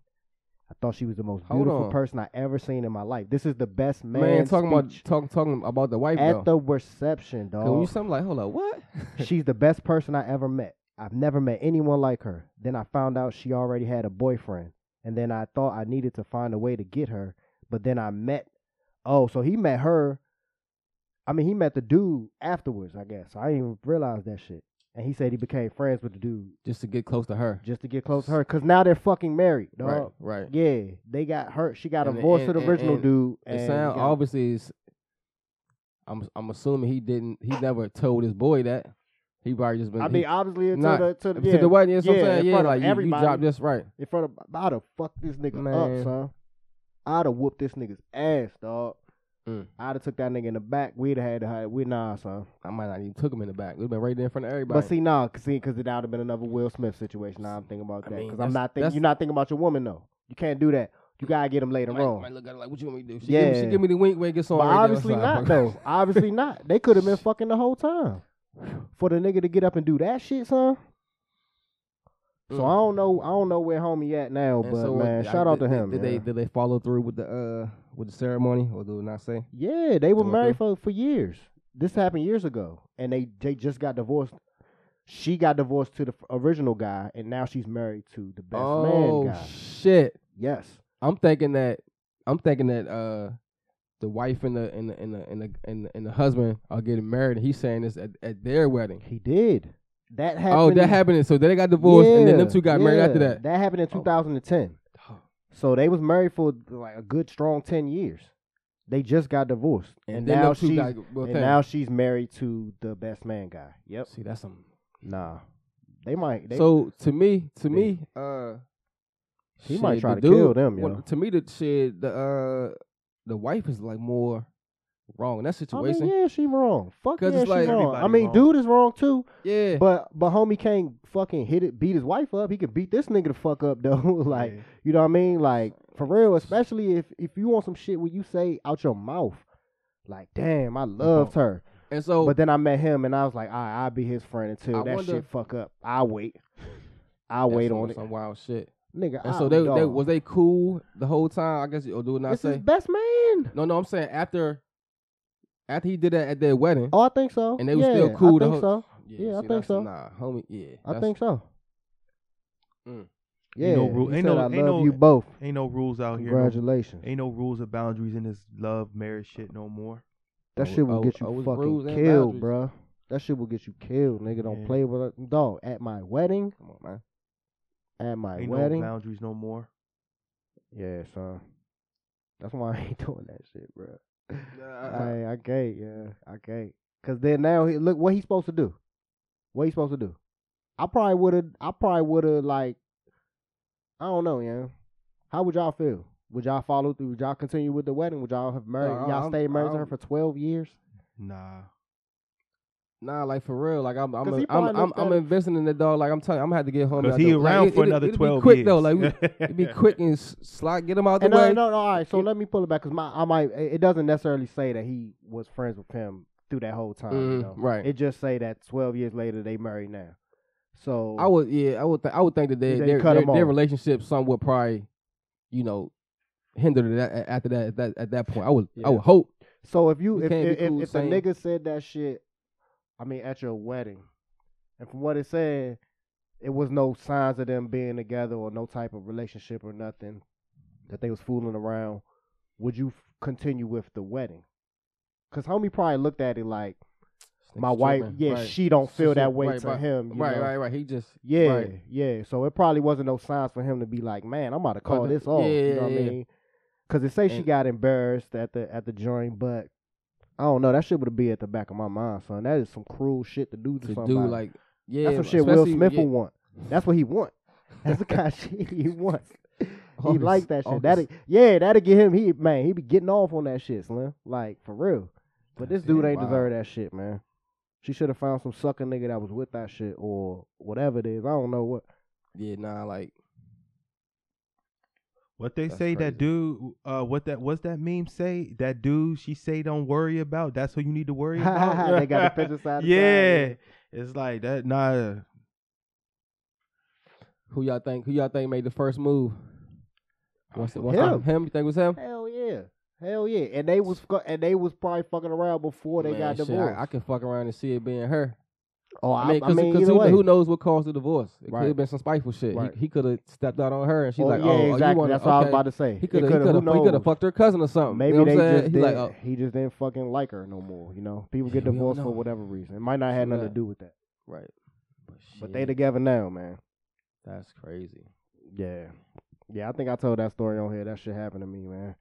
Speaker 5: I thought she was the most
Speaker 3: Hold
Speaker 5: beautiful
Speaker 3: on.
Speaker 5: person I ever seen in my life. This is the best man.
Speaker 3: man, talking about
Speaker 5: speech
Speaker 3: talking talking about the wife
Speaker 5: at
Speaker 3: though.
Speaker 5: the reception,
Speaker 3: Cause when you
Speaker 5: dog.
Speaker 3: something like, hold up, what?
Speaker 5: She's the best person I ever met. I've never met anyone like her. Then I found out she already had a boyfriend. And then I thought I needed to find a way to get her. But then I met oh, so he met her. I mean he met the dude afterwards, I guess. I didn't even realize that shit. And he said he became friends with the dude
Speaker 3: Just to get close to her.
Speaker 5: just to get close to her. Cause now they're fucking married, dog.
Speaker 3: Right, right.
Speaker 5: Yeah. They got her she got
Speaker 3: And-
Speaker 5: divorced to
Speaker 3: and-
Speaker 5: the
Speaker 3: and-
Speaker 5: original
Speaker 3: and
Speaker 5: dude.
Speaker 3: It
Speaker 5: and
Speaker 3: sound
Speaker 5: got-
Speaker 3: obviously is. I'm I'm assuming he didn't. He never told his boy that. He probably just been.
Speaker 5: I
Speaker 3: he-
Speaker 5: mean obviously until
Speaker 3: not-
Speaker 5: the to the,
Speaker 3: to
Speaker 5: yeah.
Speaker 3: the wedding. That's what
Speaker 5: yeah,
Speaker 3: I'm
Speaker 5: in
Speaker 3: saying. Yeah,
Speaker 5: front of
Speaker 3: like you- you,
Speaker 5: everybody.
Speaker 3: dropped this right.
Speaker 5: in front of I'd have fucked this nigga
Speaker 3: Man.
Speaker 5: up, son. I'd have whooped this nigga's ass, dog.
Speaker 3: Mm.
Speaker 5: I'd have took that nigga in the back. We'd have had to hide. We nah, son.
Speaker 3: I might not even took him in the back. We've been right there in front of everybody.
Speaker 5: But see, nah, cause see, cause it would have been another Will Smith situation. Now I'm thinking about
Speaker 3: I
Speaker 5: that,
Speaker 3: mean,
Speaker 5: cause I'm
Speaker 3: that's-
Speaker 5: not thinking.
Speaker 3: that's-
Speaker 5: You're not thinking about your woman though. You can't do that. You gotta get him
Speaker 3: I
Speaker 5: later
Speaker 3: might,
Speaker 5: on.
Speaker 3: might look at her like, what you want me to do? She yeah. give me, she
Speaker 5: Yeah.
Speaker 3: give me the wink when it gets on.
Speaker 5: But
Speaker 3: right there.
Speaker 5: obviously
Speaker 3: It's
Speaker 5: not
Speaker 3: like,
Speaker 5: though. obviously not. They could have been fucking the whole time. For the nigga to get up and do that shit, son. So I don't know. I don't know where homie at now,
Speaker 3: Mm. And
Speaker 5: but
Speaker 3: so,
Speaker 5: man,
Speaker 3: uh,
Speaker 5: shout out to
Speaker 3: did-
Speaker 5: him.
Speaker 3: Did
Speaker 5: man.
Speaker 3: they did they follow through with the uh with the ceremony or do they not say?
Speaker 5: Yeah, they were
Speaker 3: Okay.
Speaker 5: married for, for years. This happened years ago, and they they just got divorced. She got divorced to the f- original guy, and now she's married to the best
Speaker 3: oh
Speaker 5: man guy.
Speaker 3: shit!
Speaker 5: yes,
Speaker 3: I'm thinking that I'm thinking that uh the wife and the and the and the and the, and the, and the husband are getting married, and he's saying this at, at their wedding.
Speaker 5: he did. That happened.
Speaker 3: Oh, that happened. So they got divorced, and then them
Speaker 5: Yeah,
Speaker 3: two got married after
Speaker 5: yeah.
Speaker 3: that. Oh.
Speaker 5: That happened in 2010. So they was married for like a good strong 10 years. They just got divorced, and,
Speaker 3: then
Speaker 5: now
Speaker 3: them two
Speaker 5: she's
Speaker 3: got, well,
Speaker 5: and
Speaker 3: thank-
Speaker 5: now she's married to the best man guy. Yep.
Speaker 3: see that's some.
Speaker 5: Nah, they might. They,
Speaker 3: so to me, to
Speaker 5: Yeah.
Speaker 3: me, uh,
Speaker 5: He might
Speaker 3: shit,
Speaker 5: try
Speaker 3: the
Speaker 5: to kill
Speaker 3: dude-
Speaker 5: them, yo.
Speaker 3: to me, the shit, the uh, the wife is like more wrong in that
Speaker 5: I
Speaker 3: situation.
Speaker 5: mean, yeah, she wrong. Fuck yeah,
Speaker 3: 'Cause
Speaker 5: she
Speaker 3: it's like-
Speaker 5: wrong. I
Speaker 2: Everybody
Speaker 5: mean,
Speaker 2: wrong.
Speaker 5: dude is wrong too.
Speaker 3: yeah,
Speaker 5: But but homie can't fucking hit it, beat his wife up. He can beat this nigga the fuck up though. like you know what I mean? Like for real, especially if if you want some shit where you say out your mouth, like damn,
Speaker 3: Uh-huh.
Speaker 5: I loved her,
Speaker 3: and so
Speaker 5: but then I met him and I was like, all right, I'll be his friend until
Speaker 3: Oh. I
Speaker 5: that
Speaker 3: wonder-
Speaker 5: shit fuck up. I will wait, I will
Speaker 3: that's
Speaker 5: wait
Speaker 3: some-
Speaker 5: on it,
Speaker 3: some wild shit.
Speaker 5: nigga.
Speaker 3: And
Speaker 5: I
Speaker 3: so
Speaker 5: would,
Speaker 3: they,
Speaker 5: dog.
Speaker 3: they was they cool the whole time. I guess or do it not
Speaker 5: this
Speaker 3: say
Speaker 5: is best man.
Speaker 3: no, no. I'm saying after after he did that at their wedding,
Speaker 5: Oh, I think so.
Speaker 3: and they was
Speaker 5: yeah,
Speaker 3: still cool.
Speaker 5: I
Speaker 3: the
Speaker 5: think
Speaker 3: whole-
Speaker 5: so. yeah, I
Speaker 3: see,
Speaker 5: think
Speaker 3: that's-
Speaker 5: so.
Speaker 3: Nah, homie, yeah,
Speaker 5: I
Speaker 3: that's-
Speaker 5: think so.
Speaker 3: Mm.
Speaker 5: Yeah,
Speaker 4: Ain't no rule-
Speaker 5: he
Speaker 4: ain't
Speaker 5: said,
Speaker 4: no-
Speaker 5: I
Speaker 4: ain't
Speaker 5: love
Speaker 4: no-
Speaker 5: you both.
Speaker 4: Ain't no rules out here. no-
Speaker 5: Congratulations.
Speaker 4: Ain't no rules or boundaries in this love marriage shit no more.
Speaker 5: That
Speaker 3: Oh,
Speaker 5: shit will
Speaker 3: oh,
Speaker 5: get you
Speaker 3: oh, it's rules
Speaker 5: fucking
Speaker 3: and
Speaker 5: killed,
Speaker 3: boundaries.
Speaker 5: bruh. That shit will get you killed, nigga. Don't
Speaker 4: Yeah.
Speaker 5: play with it. Dog, at my wedding,
Speaker 3: Come on, man.
Speaker 5: at my
Speaker 4: Ain't
Speaker 5: wedding.
Speaker 4: no boundaries no more.
Speaker 5: yeah, son. That's why I ain't doing that shit, bro.
Speaker 3: Nah,
Speaker 5: I, I can't, yeah, I can't. Cause then now he look what he supposed to do. What he supposed to do? I probably would have. I probably would have like. I don't know, yeah. How would y'all feel? Would y'all follow through? Would y'all continue with the wedding? Would y'all have married?
Speaker 3: Nah,
Speaker 5: y'all
Speaker 3: I'm-
Speaker 5: stay married to her
Speaker 3: I'm-
Speaker 5: for twelve years?
Speaker 4: Nah.
Speaker 3: nah, like for real. Like I'm, I'm,
Speaker 5: 'Cause
Speaker 3: I'm,
Speaker 5: he
Speaker 3: I'm,
Speaker 5: probably
Speaker 3: I'm,
Speaker 5: looked at it-
Speaker 3: investing in the dog. Like I'm telling, you, I'm gonna have to get home.
Speaker 4: Because
Speaker 3: out
Speaker 4: he
Speaker 3: there.
Speaker 4: around
Speaker 3: Oh, like, it-
Speaker 4: for
Speaker 3: it'd-
Speaker 4: another
Speaker 3: it'd be
Speaker 4: 12
Speaker 3: quick,
Speaker 4: years.
Speaker 3: Though, like we, it'd be quick and s- slot. Get him out the
Speaker 5: And uh,
Speaker 3: way.
Speaker 5: no, no, no. All right, so let me pull it back because my I might. It it doesn't necessarily say that he was friends with him through that whole time. you
Speaker 3: Mm,
Speaker 5: know?
Speaker 3: right.
Speaker 5: It just say that twelve years later they married now. So
Speaker 3: I would, yeah, I would, th- I would think that they,
Speaker 5: They
Speaker 3: their,
Speaker 5: cut
Speaker 3: their,
Speaker 5: 'em
Speaker 3: their
Speaker 5: off.
Speaker 3: relationship somewhat probably, you know, hindered it a- after that. At that, at that point, I would, I
Speaker 5: Yeah.
Speaker 3: would hope.
Speaker 5: So if you
Speaker 3: You
Speaker 5: if
Speaker 3: can't be
Speaker 5: if,
Speaker 3: cool
Speaker 5: if, if the
Speaker 3: saying-
Speaker 5: nigga said that shit, I mean at your wedding, and from what it said, it was no signs of them being together or no type of relationship or nothing that they was fooling around. Would you f- continue with the wedding? Cause homie probably looked at it like my
Speaker 3: Niggas
Speaker 5: wife,
Speaker 3: tripping.
Speaker 5: yeah,
Speaker 3: Right.
Speaker 5: she don't feel
Speaker 3: She-
Speaker 5: that way
Speaker 3: right,
Speaker 5: to
Speaker 3: right.
Speaker 5: him, you
Speaker 3: Right,
Speaker 5: know?
Speaker 3: right, right. He just,
Speaker 5: Yeah,
Speaker 3: right.
Speaker 5: yeah. So it probably wasn't no signs for him to be like, man, I'm about to call
Speaker 3: Fucking-
Speaker 5: this off. you
Speaker 3: yeah,
Speaker 5: know what I
Speaker 3: yeah.
Speaker 5: mean? Because it say she
Speaker 3: And-
Speaker 5: got embarrassed at the at the joint, but I don't know. That shit would be at the back of my mind, son. That is some cruel shit to do to,
Speaker 3: to
Speaker 5: somebody.
Speaker 3: do like, yeah,
Speaker 5: That's some shit Will
Speaker 3: especially-
Speaker 5: Smith
Speaker 3: yeah,
Speaker 5: will want. That's what he want. That's the kind of shit he want.
Speaker 3: all
Speaker 5: He
Speaker 3: this-
Speaker 5: like that
Speaker 3: all
Speaker 5: shit. That
Speaker 3: oh, this-
Speaker 5: yeah, that'll get him. He man, he be getting off on that shit, Slim. Like for real. But this
Speaker 3: That's
Speaker 5: dude
Speaker 3: it,
Speaker 5: ain't
Speaker 3: wow.
Speaker 5: deserve that shit, man. She should have found some sucker nigga that was with that shit or whatever it is. I don't know what.
Speaker 3: yeah, nah, like,
Speaker 4: What they
Speaker 3: That's
Speaker 4: say that
Speaker 3: crazy.
Speaker 4: dude, uh, what that what's that meme say? That dude, she say don't worry about. That's who you need to worry about.
Speaker 5: they got the picture side. to
Speaker 4: yeah,
Speaker 5: side.
Speaker 4: it's like that. Nah,
Speaker 3: who y'all think, who y'all think made the first move? What's it, what's
Speaker 5: Him.
Speaker 3: him. him? You think it was him?
Speaker 5: Hell yeah. Hell yeah. And they was fu- and they was probably fucking around before they
Speaker 3: Man,
Speaker 5: got
Speaker 3: shit,
Speaker 5: divorced.
Speaker 3: I, I can fuck around and see it being her.
Speaker 5: oh,
Speaker 3: I mean,
Speaker 5: I,
Speaker 3: cause,
Speaker 5: mean
Speaker 3: 'cause
Speaker 5: either
Speaker 3: who,
Speaker 5: way.
Speaker 3: who knows what caused the divorce? It
Speaker 5: Right.
Speaker 3: could have been some spiteful shit.
Speaker 5: Right.
Speaker 3: He, he could have stepped out on her, and she's
Speaker 5: Oh,
Speaker 3: like,
Speaker 5: yeah,
Speaker 3: "Oh, oh,
Speaker 5: exactly.
Speaker 3: you want
Speaker 5: That's what I was
Speaker 3: okay.
Speaker 5: about to say.
Speaker 3: He
Speaker 5: could
Speaker 3: could have, he could have, he could have fucked her cousin or something.
Speaker 5: Maybe
Speaker 3: you know what
Speaker 5: they
Speaker 3: I'm saying?
Speaker 5: just
Speaker 3: He
Speaker 5: did,
Speaker 3: like, oh,
Speaker 5: he just didn't fucking like her no more. You know, people get
Speaker 3: Yeah, we don't
Speaker 5: divorced
Speaker 3: know.
Speaker 5: for whatever reason. It might not have
Speaker 3: True
Speaker 5: nothing to
Speaker 3: that.
Speaker 5: do with that.
Speaker 3: right.
Speaker 5: But
Speaker 3: shit,
Speaker 5: they together now, man.
Speaker 3: that's crazy.
Speaker 5: Yeah, yeah. I think I told that story on here. That shit happened to me, man.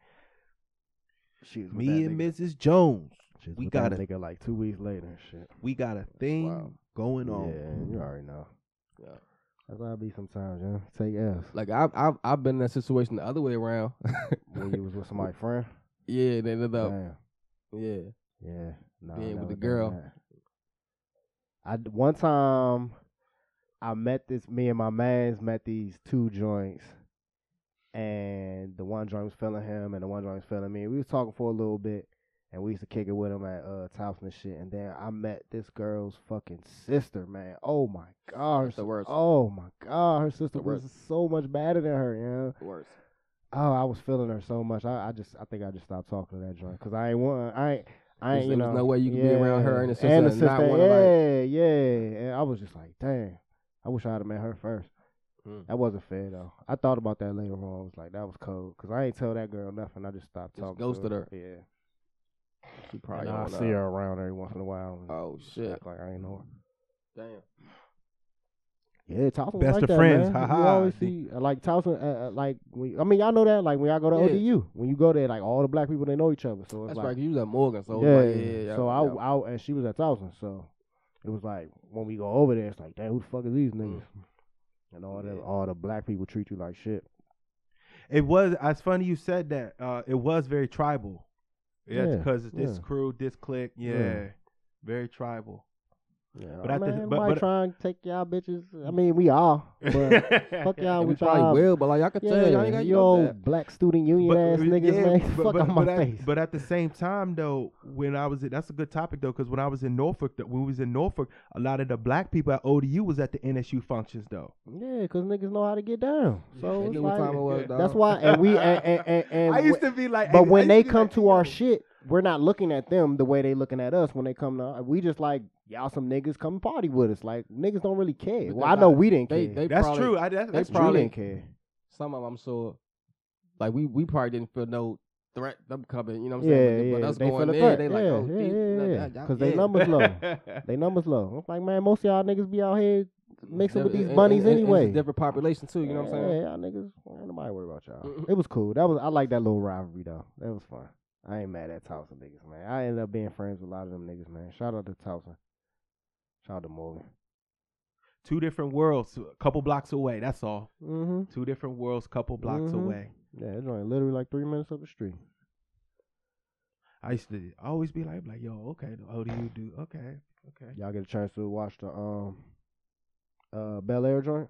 Speaker 5: She was
Speaker 4: me
Speaker 5: with that
Speaker 4: and
Speaker 5: nigga.
Speaker 4: Mrs. Jones,
Speaker 5: She was
Speaker 4: we
Speaker 5: with that
Speaker 4: gotta-
Speaker 5: nigga like two weeks later and shit.
Speaker 4: we got a thing
Speaker 3: wild.
Speaker 4: going on.
Speaker 5: Yeah, you already know.
Speaker 3: Yeah.
Speaker 5: That's how I be sometimes, yeah. Take F
Speaker 3: Like I've, I've, I've been in that situation the other way around.
Speaker 5: when you was with somebody friend.
Speaker 3: yeah, and ended up,
Speaker 5: Damn.
Speaker 3: yeah,
Speaker 5: Yeah. Nah, I
Speaker 3: Being with
Speaker 5: never
Speaker 3: the
Speaker 5: done
Speaker 3: girl.
Speaker 5: that. I d- one time I met this me and my man's met these two joints and the one joint was feeling him and the one joint was feeling me. We was talking for a little bit and we used to kick it with him at uh Tops and shit and then I met this girl's fucking sister, man. Oh my god. her
Speaker 3: That's the
Speaker 5: sis-
Speaker 3: worst.
Speaker 5: Oh my god, her sister was
Speaker 3: worst.
Speaker 5: so much better than her, you know?
Speaker 3: worse.
Speaker 5: Oh, I was feeling her so much. I, I just, I think I just stopped talking to that joint because I ain't want, I ain't, I
Speaker 3: There's-
Speaker 5: ain't, you
Speaker 3: there's
Speaker 5: know,
Speaker 3: no way you can be around her and the sister
Speaker 5: the
Speaker 3: and not
Speaker 5: sister,
Speaker 3: wanna, like-
Speaker 5: yeah, yeah. And I was just like, damn, I wish I had met her first.
Speaker 3: Mm.
Speaker 5: That wasn't fair though. I thought about that later on. I was like, that was cold because I ain't tell that girl nothing. I just stopped
Speaker 3: Just
Speaker 5: talking.
Speaker 3: ghosted
Speaker 5: to
Speaker 3: her.
Speaker 5: Yeah,
Speaker 3: She probably.
Speaker 5: And I
Speaker 3: on,
Speaker 5: see
Speaker 3: uh,
Speaker 5: her around every once in a while. and
Speaker 3: Oh
Speaker 5: just
Speaker 3: shit!
Speaker 5: act like I ain't know her.
Speaker 3: Damn.
Speaker 5: Yeah, Towson
Speaker 4: Best
Speaker 5: like
Speaker 4: of
Speaker 5: that,
Speaker 4: friends,
Speaker 5: man.
Speaker 4: haha.
Speaker 5: You always
Speaker 4: See?
Speaker 5: see like Towson, uh, uh, like when, I mean, y'all know that. Like when y'all go to
Speaker 3: Yeah.
Speaker 5: ODU, when you go there, like all the black people they know each other. So it's
Speaker 3: That's
Speaker 5: like,
Speaker 3: right. You was at Morgan, so
Speaker 5: yeah,
Speaker 3: yeah, like, yeah, yeah.
Speaker 5: So
Speaker 3: yeah.
Speaker 5: I, I, and she was at thousand. So it was like when we go over there, it's like, damn, who the fuck is these niggas? And all the
Speaker 3: Mm. Yeah.
Speaker 5: all the black people treat you like shit.
Speaker 4: It was. It's funny you said that. Uh, it was very tribal. Yeah,
Speaker 5: Yeah,
Speaker 4: because this
Speaker 5: yeah.
Speaker 4: crew, this clique, yeah,
Speaker 5: Yeah.
Speaker 4: very tribal.
Speaker 5: Yeah,
Speaker 4: But
Speaker 5: I
Speaker 4: I
Speaker 5: mean,
Speaker 4: think- but-
Speaker 5: nobody
Speaker 4: but-
Speaker 5: trying to take y'all bitches. I mean, we are, but fuck y'all
Speaker 3: Mm. And we
Speaker 5: with
Speaker 3: probably
Speaker 5: y'all.
Speaker 3: will, but like I can tell, y'all ain't
Speaker 5: Yeah,
Speaker 3: got
Speaker 5: you
Speaker 3: you know
Speaker 5: old
Speaker 3: that.
Speaker 5: black student union ass niggas,
Speaker 4: yeah,
Speaker 5: man. Fuck out my
Speaker 4: at,
Speaker 5: face.
Speaker 4: but at the same time, though, when I was at, that's a good topic though, because when I was in Norfolk, that when we was in Norfolk, a lot of the black people at ODU was at the NSU functions though.
Speaker 5: yeah, because niggas know how to get down. So
Speaker 3: They
Speaker 5: it's
Speaker 3: knew what time it
Speaker 5: like,
Speaker 3: was,
Speaker 5: that's
Speaker 3: dog.
Speaker 5: why, and we, and, and, and, and
Speaker 4: I
Speaker 5: wh-
Speaker 4: used to be like,
Speaker 5: But
Speaker 4: hey,
Speaker 5: when
Speaker 4: I
Speaker 5: they
Speaker 4: used
Speaker 5: come
Speaker 4: be
Speaker 5: to
Speaker 4: like,
Speaker 5: our
Speaker 4: yo.
Speaker 5: shit, we're not looking at them the way they looking at us when they come to. We just like y'all some niggas come party with us. Like niggas don't really care. Well, I
Speaker 3: Because
Speaker 5: know
Speaker 3: I-
Speaker 5: we didn't
Speaker 3: They,
Speaker 5: care.
Speaker 3: they
Speaker 4: that's
Speaker 3: probably,
Speaker 4: true. I, that's,
Speaker 3: they
Speaker 4: that's
Speaker 5: We
Speaker 4: true.
Speaker 3: probably-
Speaker 5: didn't care.
Speaker 3: some of them sure like we we probably didn't feel no threat them coming, you know what I'm
Speaker 5: Yeah,
Speaker 3: saying?
Speaker 5: yeah.
Speaker 3: But us
Speaker 5: they
Speaker 3: going
Speaker 5: feel a
Speaker 3: there,
Speaker 5: threat.
Speaker 3: they
Speaker 5: Yeah,
Speaker 3: like, oh,
Speaker 5: yeah,
Speaker 3: these-
Speaker 5: yeah,
Speaker 3: nah,
Speaker 5: yeah,
Speaker 3: y'all-
Speaker 5: Cause they
Speaker 3: yeah.
Speaker 5: numbers low. They numbers low. I'm like, man, most of y'all niggas be out here mix it with
Speaker 3: Different-
Speaker 5: these
Speaker 3: and-
Speaker 5: bunnies
Speaker 3: and- and- and
Speaker 5: anyway.
Speaker 3: it's different population too. You know what I'm saying?
Speaker 5: Yeah, y'all niggas. Ain't nobody worry about y'all.
Speaker 3: Mhm.
Speaker 5: it was cool. That was I like that little rivalry though. That was fun. I ain't mad at Towson niggas, man. I ended up being friends with a lot of them niggas, man. Shout out to Towson. Shout out to Morgan.
Speaker 2: Two different worlds, a couple blocks away. That's all.
Speaker 5: Mm-hmm.
Speaker 2: Two different worlds, couple blocks
Speaker 5: Mhm.
Speaker 2: away.
Speaker 5: Yeah, it's only literally like three minutes up the street.
Speaker 2: I used to always be like, like, yo, okay, how do you do? Okay, okay.
Speaker 5: Y'all get a chance to watch the um uh Bel Air joint.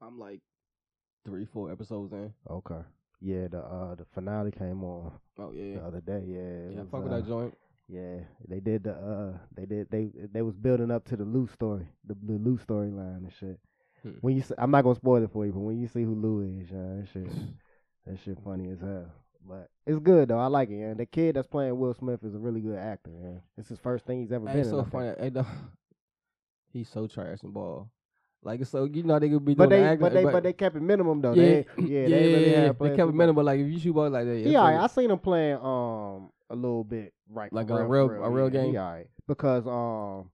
Speaker 3: I'm like three, four episodes in.
Speaker 5: Okay. Yeah, the uh the finale came on
Speaker 3: Oh yeah,
Speaker 5: the other day. Yeah, it
Speaker 3: yeah.
Speaker 5: was,
Speaker 3: Fuck with
Speaker 5: uh,
Speaker 3: that joint.
Speaker 5: Yeah, they did the uh, they did they they was building up to the Lou story, the the Lou storyline and shit.
Speaker 3: Hmm.
Speaker 5: When you, see, I'm not gonna spoil it for you, but when you see who Lou is, yeah, that shit, that shit funny as hell. But it's good though, I like it. And the kid that's playing Will Smith is a really good actor. Yeah. It's his first thing he's ever been. in,
Speaker 3: Ain't
Speaker 5: I
Speaker 3: so
Speaker 5: think.
Speaker 3: funny. Hey, dawg. he's so trash and ball. Like it's so you know they could be
Speaker 5: But
Speaker 3: doing the
Speaker 5: they,
Speaker 3: act-
Speaker 5: but they, but they kept it minimum though.
Speaker 3: yeah,
Speaker 5: They, yeah,
Speaker 3: yeah,
Speaker 5: they really
Speaker 3: yeah,
Speaker 5: had
Speaker 3: yeah.
Speaker 5: players
Speaker 3: They kept it
Speaker 5: who-
Speaker 3: minimal. Like if you shoot ball like that,
Speaker 5: He
Speaker 3: yeah, that's
Speaker 5: all right.
Speaker 3: it.
Speaker 5: I seen him playing um a little bit right
Speaker 3: Like
Speaker 5: for
Speaker 3: a
Speaker 5: for
Speaker 3: real- a real
Speaker 5: yeah, he
Speaker 3: game?
Speaker 5: all right because um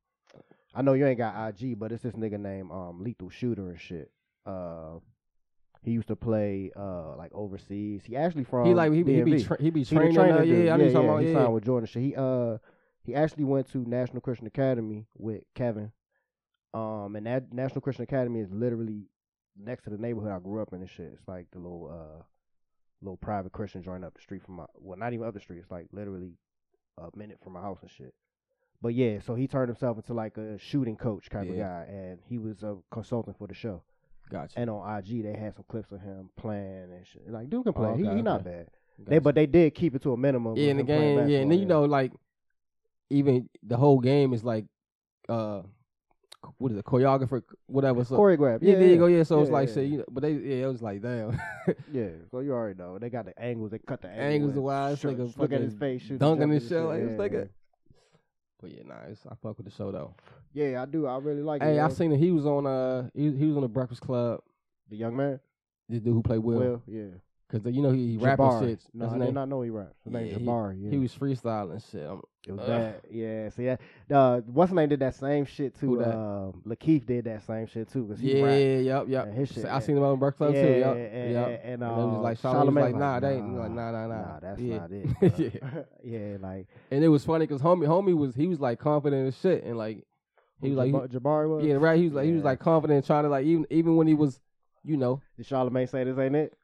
Speaker 5: I know you ain't got IG, but it's this nigga named um Lethal Shooter and shit. Uh, he used to play uh like overseas. He actually from
Speaker 3: he like he, be- he be
Speaker 5: DMV.
Speaker 3: tra- he be
Speaker 5: He the
Speaker 3: training. uh,
Speaker 5: dude.
Speaker 3: yeah, I know you're talking about.
Speaker 5: he
Speaker 3: Yeah,
Speaker 5: signed with Jordan. Shit. He uh he actually went to National Christian Academy with Kevin. Um, and that National Christian Academy is literally next to the neighborhood I grew up in and shit. It's like the little uh little private Christian joint up the street from my well, not even up the street. It's like literally a minute from my house and shit. But yeah, so he turned himself into like a shooting coach type of
Speaker 3: Yeah.
Speaker 5: guy, and he was a consultant for the show.
Speaker 3: gotcha.
Speaker 5: And on IG, they had some clips of him playing and shit. Like, dude can play.
Speaker 3: Oh,
Speaker 5: he,
Speaker 3: okay,
Speaker 5: he not
Speaker 3: okay.
Speaker 5: bad. They
Speaker 3: gotcha.
Speaker 5: but they did keep it to a minimum.
Speaker 3: yeah, in the
Speaker 5: with him playing
Speaker 3: game, yeah, and then you
Speaker 5: basketball,
Speaker 3: know like even the whole game is like uh what is it choreographer whatever. So
Speaker 5: choreograph.
Speaker 3: yeah,
Speaker 5: Yeah,
Speaker 3: there you go. Yeah, so it's
Speaker 5: Yeah,
Speaker 3: like
Speaker 5: yeah.
Speaker 3: shit. You know, but they yeah, it was like damn.
Speaker 5: Yeah, so you already know they got the angles. They cut the
Speaker 3: Angles
Speaker 5: angles.
Speaker 3: the wise
Speaker 5: Sure,
Speaker 3: nigga.
Speaker 5: just look at his
Speaker 3: fucking
Speaker 5: face, shoot the
Speaker 3: dunking
Speaker 5: jump
Speaker 3: and
Speaker 5: and
Speaker 3: shit.
Speaker 5: shit,
Speaker 3: Like it's
Speaker 5: yeah.
Speaker 3: like a. But yeah, nah, it's, I fuck with the show though.
Speaker 5: yeah, I do. I really like. it.
Speaker 3: Hey, I
Speaker 5: man.
Speaker 3: seen that he was on uh he, he was on the Breakfast Club.
Speaker 5: the young man.
Speaker 3: The dude who played Will,
Speaker 5: Will, yeah,
Speaker 3: because you know he, he rapping
Speaker 5: Jabari.
Speaker 3: shit.
Speaker 5: No,
Speaker 3: His
Speaker 5: I
Speaker 3: name-
Speaker 5: did not know he rapped. His name's
Speaker 3: Yeah, he-
Speaker 5: Jabari. Yeah.
Speaker 3: He was uh, freestyling shit. I'm,
Speaker 5: It was
Speaker 3: Ugh.
Speaker 5: bad. Yeah. See that. Uh, what's his name did that same shit too.
Speaker 3: Who that?
Speaker 5: Uh, Lakeith did that same shit too. Cause he
Speaker 3: yeah,
Speaker 5: rapped.
Speaker 3: yep, yep.
Speaker 5: And his shit,
Speaker 3: So I
Speaker 5: yeah.
Speaker 3: seen him on Breakfast Club
Speaker 5: yeah,
Speaker 3: too. Yep,
Speaker 5: and,
Speaker 3: yep.
Speaker 5: and, and,
Speaker 3: And they was
Speaker 5: uh,
Speaker 3: like, Charlamagne was like,
Speaker 5: Charlamagne
Speaker 3: nah, they ain't- like, nah, nah, nah.
Speaker 5: nah, that's
Speaker 3: Yeah.
Speaker 5: not it.
Speaker 3: Yeah.
Speaker 5: bruh. yeah, like
Speaker 3: And it was funny because homie, homie was he was like confident as shit, and like he was like,
Speaker 5: Jabari, Jabari was.
Speaker 3: he- yeah, right. He was like, he was
Speaker 5: Yeah.
Speaker 3: like confident, and trying to like even even when he was, you know,
Speaker 5: Did Charlamagne say this ain't it?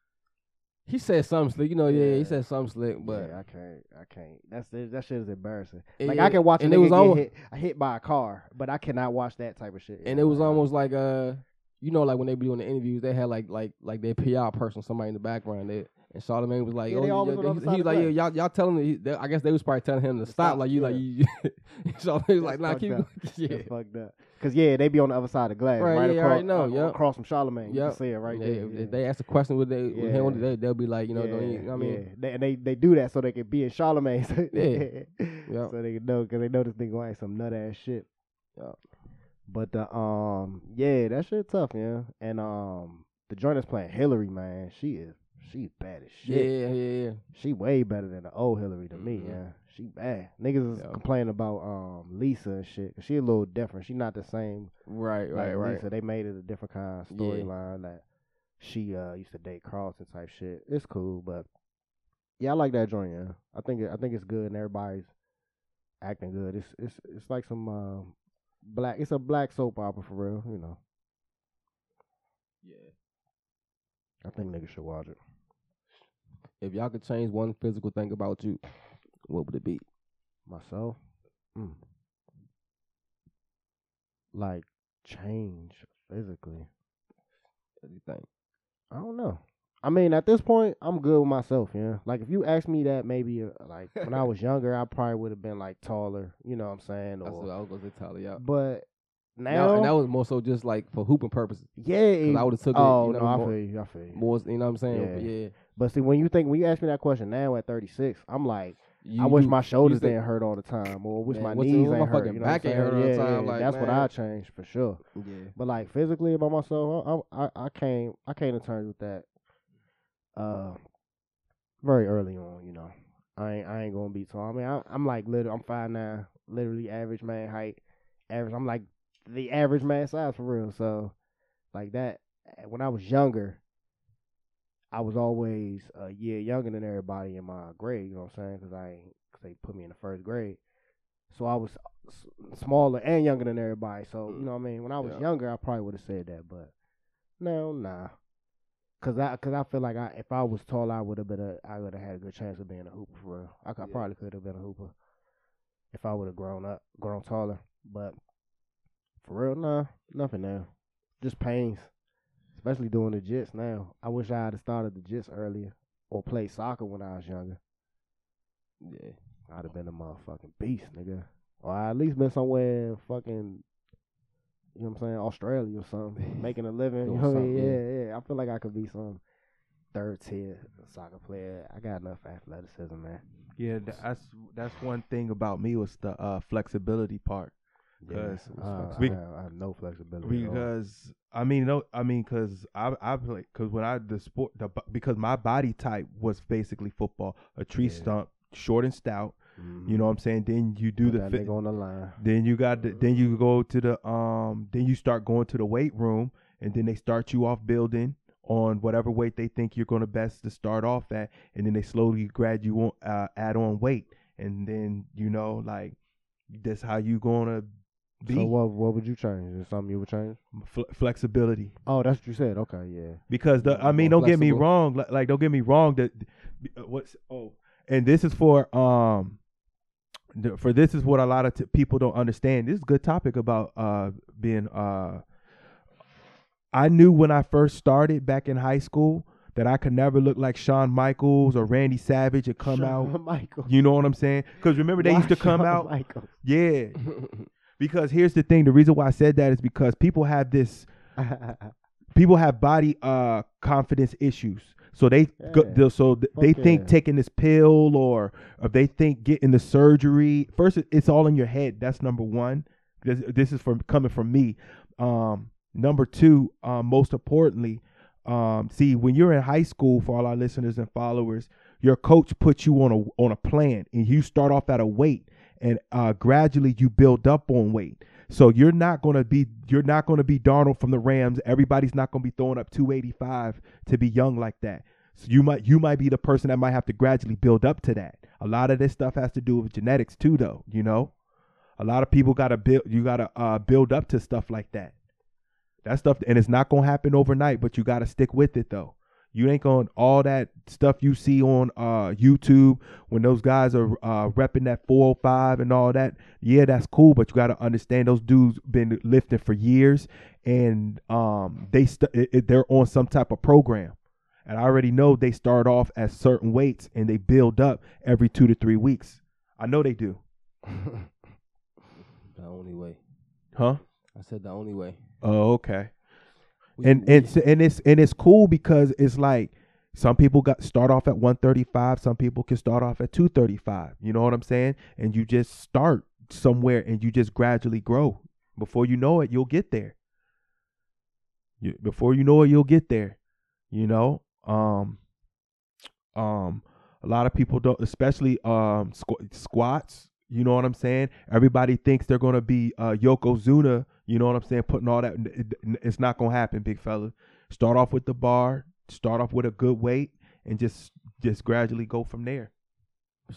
Speaker 3: he said something slick. You know, yeah, he
Speaker 5: Yeah.
Speaker 3: said something slick, but
Speaker 5: yeah, I can't, I can't. That's it- that shit is embarrassing.
Speaker 3: and
Speaker 5: Like
Speaker 3: yeah,
Speaker 5: I can watch a
Speaker 3: and
Speaker 5: nigga
Speaker 3: it was
Speaker 5: get
Speaker 3: almo-
Speaker 5: hit, hit by a car, but I cannot watch that type of shit.
Speaker 3: and it was almost like uh, you know, like when they be doing the interviews, they had like like like their PR person, somebody in the background that. And Charlamagne was like,
Speaker 5: Yeah,
Speaker 3: "Oh,
Speaker 5: they
Speaker 3: yeah,
Speaker 5: always on the
Speaker 3: yeah,
Speaker 5: other
Speaker 3: he-
Speaker 5: side
Speaker 3: he
Speaker 5: of
Speaker 3: like,
Speaker 5: the
Speaker 3: yeah,
Speaker 5: play.
Speaker 3: y'all, y'all telling him. he- they- I guess they was probably telling him to stop.
Speaker 5: stop,
Speaker 3: Like you, like
Speaker 5: yeah.
Speaker 3: you. Charlamagne was like,
Speaker 5: That's
Speaker 3: "Nah,
Speaker 5: fucked
Speaker 3: keep,
Speaker 5: up.
Speaker 3: yeah,
Speaker 5: That's fucked up. Cause yeah, they be on the other side of the glass,
Speaker 3: Right,
Speaker 5: right,
Speaker 3: yeah, you
Speaker 5: across,
Speaker 3: already know,
Speaker 5: uh,
Speaker 3: yep.
Speaker 5: across from Charlemagne. You
Speaker 3: Yep.
Speaker 5: can see it right
Speaker 3: Yeah,
Speaker 5: there.
Speaker 3: if-
Speaker 5: yeah.
Speaker 3: If they ask a question with they with him,
Speaker 5: Yeah.
Speaker 3: they they'll be like, you know, don't you, I mean,
Speaker 5: yeah. They, and they they do that so they can be in Charlemagne's.
Speaker 3: Yeah. Yep.
Speaker 5: So they can know because they know this nigga gonna ask some nut ass shit.
Speaker 3: Yep.
Speaker 5: But the um yeah that shit tough yeah and um the joint that's playing Hillary man she is she's bad as
Speaker 3: yeah,
Speaker 5: shit
Speaker 3: yeah, yeah, yeah.
Speaker 5: she way better than the old Hillary to me
Speaker 3: Mhm.
Speaker 5: yeah she bad niggas is
Speaker 3: Yep.
Speaker 5: complaining about um Lisa and shit 'cause she a little different she not the same
Speaker 3: right, right,
Speaker 5: like
Speaker 3: right.
Speaker 5: Lisa, they made it a different kind of
Speaker 3: Yeah.
Speaker 5: storyline that she uh used to date Carlson type shit. It's cool, but yeah, I like that joint. Yeah, I think it, I think it's good, and everybody's acting good. It's it's it's like some uh, black. It's a black soap opera for real. You know,
Speaker 3: Yeah.
Speaker 5: I think niggas should watch it.
Speaker 3: If y'all could change one physical thing about you, what would it be?
Speaker 5: Myself, mm. like change physically.
Speaker 3: What do you think?
Speaker 5: I don't know. I mean, at this point, I'm good with myself. Yeah. Like, if you asked me that, maybe uh, like when I was younger, I probably would have been like taller. You know what I'm saying?
Speaker 3: That's what
Speaker 5: Or,
Speaker 3: I was gonna tell y'all.
Speaker 5: but
Speaker 3: Now,
Speaker 5: now,
Speaker 3: and that was more so just like for hooping purposes.
Speaker 5: yeah.
Speaker 3: 'cause I would've took it,
Speaker 5: Oh
Speaker 3: you know,
Speaker 5: no, I
Speaker 3: more-
Speaker 5: feel you. I feel you.
Speaker 3: More, you know what I'm saying? But
Speaker 5: Yeah.
Speaker 3: yeah.
Speaker 5: But see, when you think when you ask me that question now at 36, I'm like,
Speaker 3: You-
Speaker 5: I wish
Speaker 3: you-
Speaker 5: my shoulders
Speaker 3: you think-
Speaker 5: didn't hurt all the time, or I wish
Speaker 3: Man,
Speaker 5: my
Speaker 3: what's
Speaker 5: knees
Speaker 3: the-
Speaker 5: ain't
Speaker 3: what my
Speaker 5: hurt.
Speaker 3: fucking
Speaker 5: you know what I'm
Speaker 3: back ain't
Speaker 5: saying?
Speaker 3: hurt all the
Speaker 5: Yeah,
Speaker 3: time,
Speaker 5: yeah,
Speaker 3: like,
Speaker 5: that's what
Speaker 3: man.
Speaker 5: I changed for sure.
Speaker 3: Yeah.
Speaker 5: But like physically by myself, I I I came I came to terms with that. Uh, very early on, you know. I ain't I ain't gonna be tall. I mean, I, I'm like little. I'm five nine, literally average man height. Average. I'm like the average man size for real. So, like that, when I was younger, I was always a year younger than everybody in my grade. You know what I'm saying? Because I, cause they put me in the first grade, so I was s- smaller and younger than everybody. So you know what I mean? When I was
Speaker 3: Mm. Yeah.
Speaker 5: younger, I probably would have said that, but no, nah. Cause I, cause I feel like I, if I was tall, I would have been a, I would have had a good chance of being a hooper for real. I, could,
Speaker 3: Yeah.
Speaker 5: probably could have been a hooper if I would have grown up, grown taller. But for real, nah, nothing now. Just pains, especially doing the jits now. I wish I had started the jits earlier or played soccer when I was younger.
Speaker 3: Yeah.
Speaker 5: I'd have been a motherfucking beast, nigga. Or I at least been somewhere in fucking, you know what I'm saying, Australia or something, making a living. You
Speaker 3: Doing
Speaker 5: know what I mean?
Speaker 3: something,
Speaker 5: Yeah, yeah. I feel like I could be some third tier soccer player. I got enough athleticism, man.
Speaker 2: Yeah, tha- that's that's one thing about me was the uh, flexibility part.
Speaker 5: Yeah.
Speaker 2: 'Cause
Speaker 5: Uh,
Speaker 2: we-
Speaker 5: I, have, I have no flexibility. at all.
Speaker 2: Because I mean, no, I mean, cause I I play cause when I the sport the bo- because my body type was basically football, a tree
Speaker 5: Yeah.
Speaker 2: stump, short and stout.
Speaker 5: Mhm.
Speaker 2: You know what I'm saying? Then you do
Speaker 5: Put
Speaker 2: the
Speaker 5: that
Speaker 2: fit,
Speaker 5: nigga on the line.
Speaker 2: then you got the, then you go to the um then you start going to the weight room and then they start you off building on whatever weight they think you're going to best to start off at and then they slowly grad you on uh, add on weight and then you know like that's how you going to be
Speaker 5: So what? What would you change? Is something you would change?
Speaker 2: Fle- flexibility
Speaker 5: Oh, that's what you said. Okay, yeah.
Speaker 2: because the I
Speaker 3: More
Speaker 2: mean don't get me
Speaker 3: flexible.
Speaker 2: wrong li- like don't get me wrong that uh, what's oh and this is for um the, for this is what a lot of t- people don't understand this is a good topic about uh being uh I knew when I first started back in high school that I could never look like Shawn Michaels or Randy Savage and come
Speaker 5: Shawn
Speaker 2: out
Speaker 5: Michael.
Speaker 2: you know what I'm saying cuz remember they
Speaker 5: Why
Speaker 2: used to come
Speaker 5: Shawn
Speaker 2: out
Speaker 5: Michael.
Speaker 2: yeah because here's the thing the reason why I said that is because people have this people have body uh confidence issues so they go,
Speaker 5: Yeah.
Speaker 2: they'll- so th- they
Speaker 5: Fuck
Speaker 2: think
Speaker 5: yeah.
Speaker 2: taking this pill or, or they think getting the surgery first it- it's all in your head that's number one this, this is from coming from me um number two um most importantly um see when you're in high school for all our listeners and followers your coach puts you on a on a plan and you start off at a weight and uh gradually you build up on weight so you're not gonna be you're not gonna be Darnold from the Rams. Everybody's not gonna be throwing up 285 to be young like that. So you might you might be the person that might have to gradually build up to that. A lot of this stuff has to do with genetics too, though. You know, a lot of people gotta build you gotta uh, build up to stuff like that. That stuff and it's not gonna happen overnight, but you gotta stick with it though. You ain't gonna all that stuff you see on uh, YouTube when those guys are uh, repping that 405 and all that. Yeah, that's cool, but you got to understand those dudes been lifting for years, and um, they st- it, it- they're on some type of program. And I already know they start off at certain weights and they build up every two to three weeks. I know they do,
Speaker 3: the only way.
Speaker 2: huh?
Speaker 3: I said the only way.
Speaker 2: Oh, okay.
Speaker 3: We-
Speaker 2: and
Speaker 3: we-
Speaker 2: and so- and it's and it's cool because it's like some people got start off at 135 some people can start off at 235 you know what i'm saying and you just start somewhere and you just gradually grow before you know it you'll get there you, before you know it you'll get there you know um um a lot of people don't especially um squ- squats you know what i'm saying everybody thinks they're going to be uh yokozuna you know what i'm saying putting all that it- it- it's not going to happen big fella start off with the bar start off with a good weight and just just gradually go from there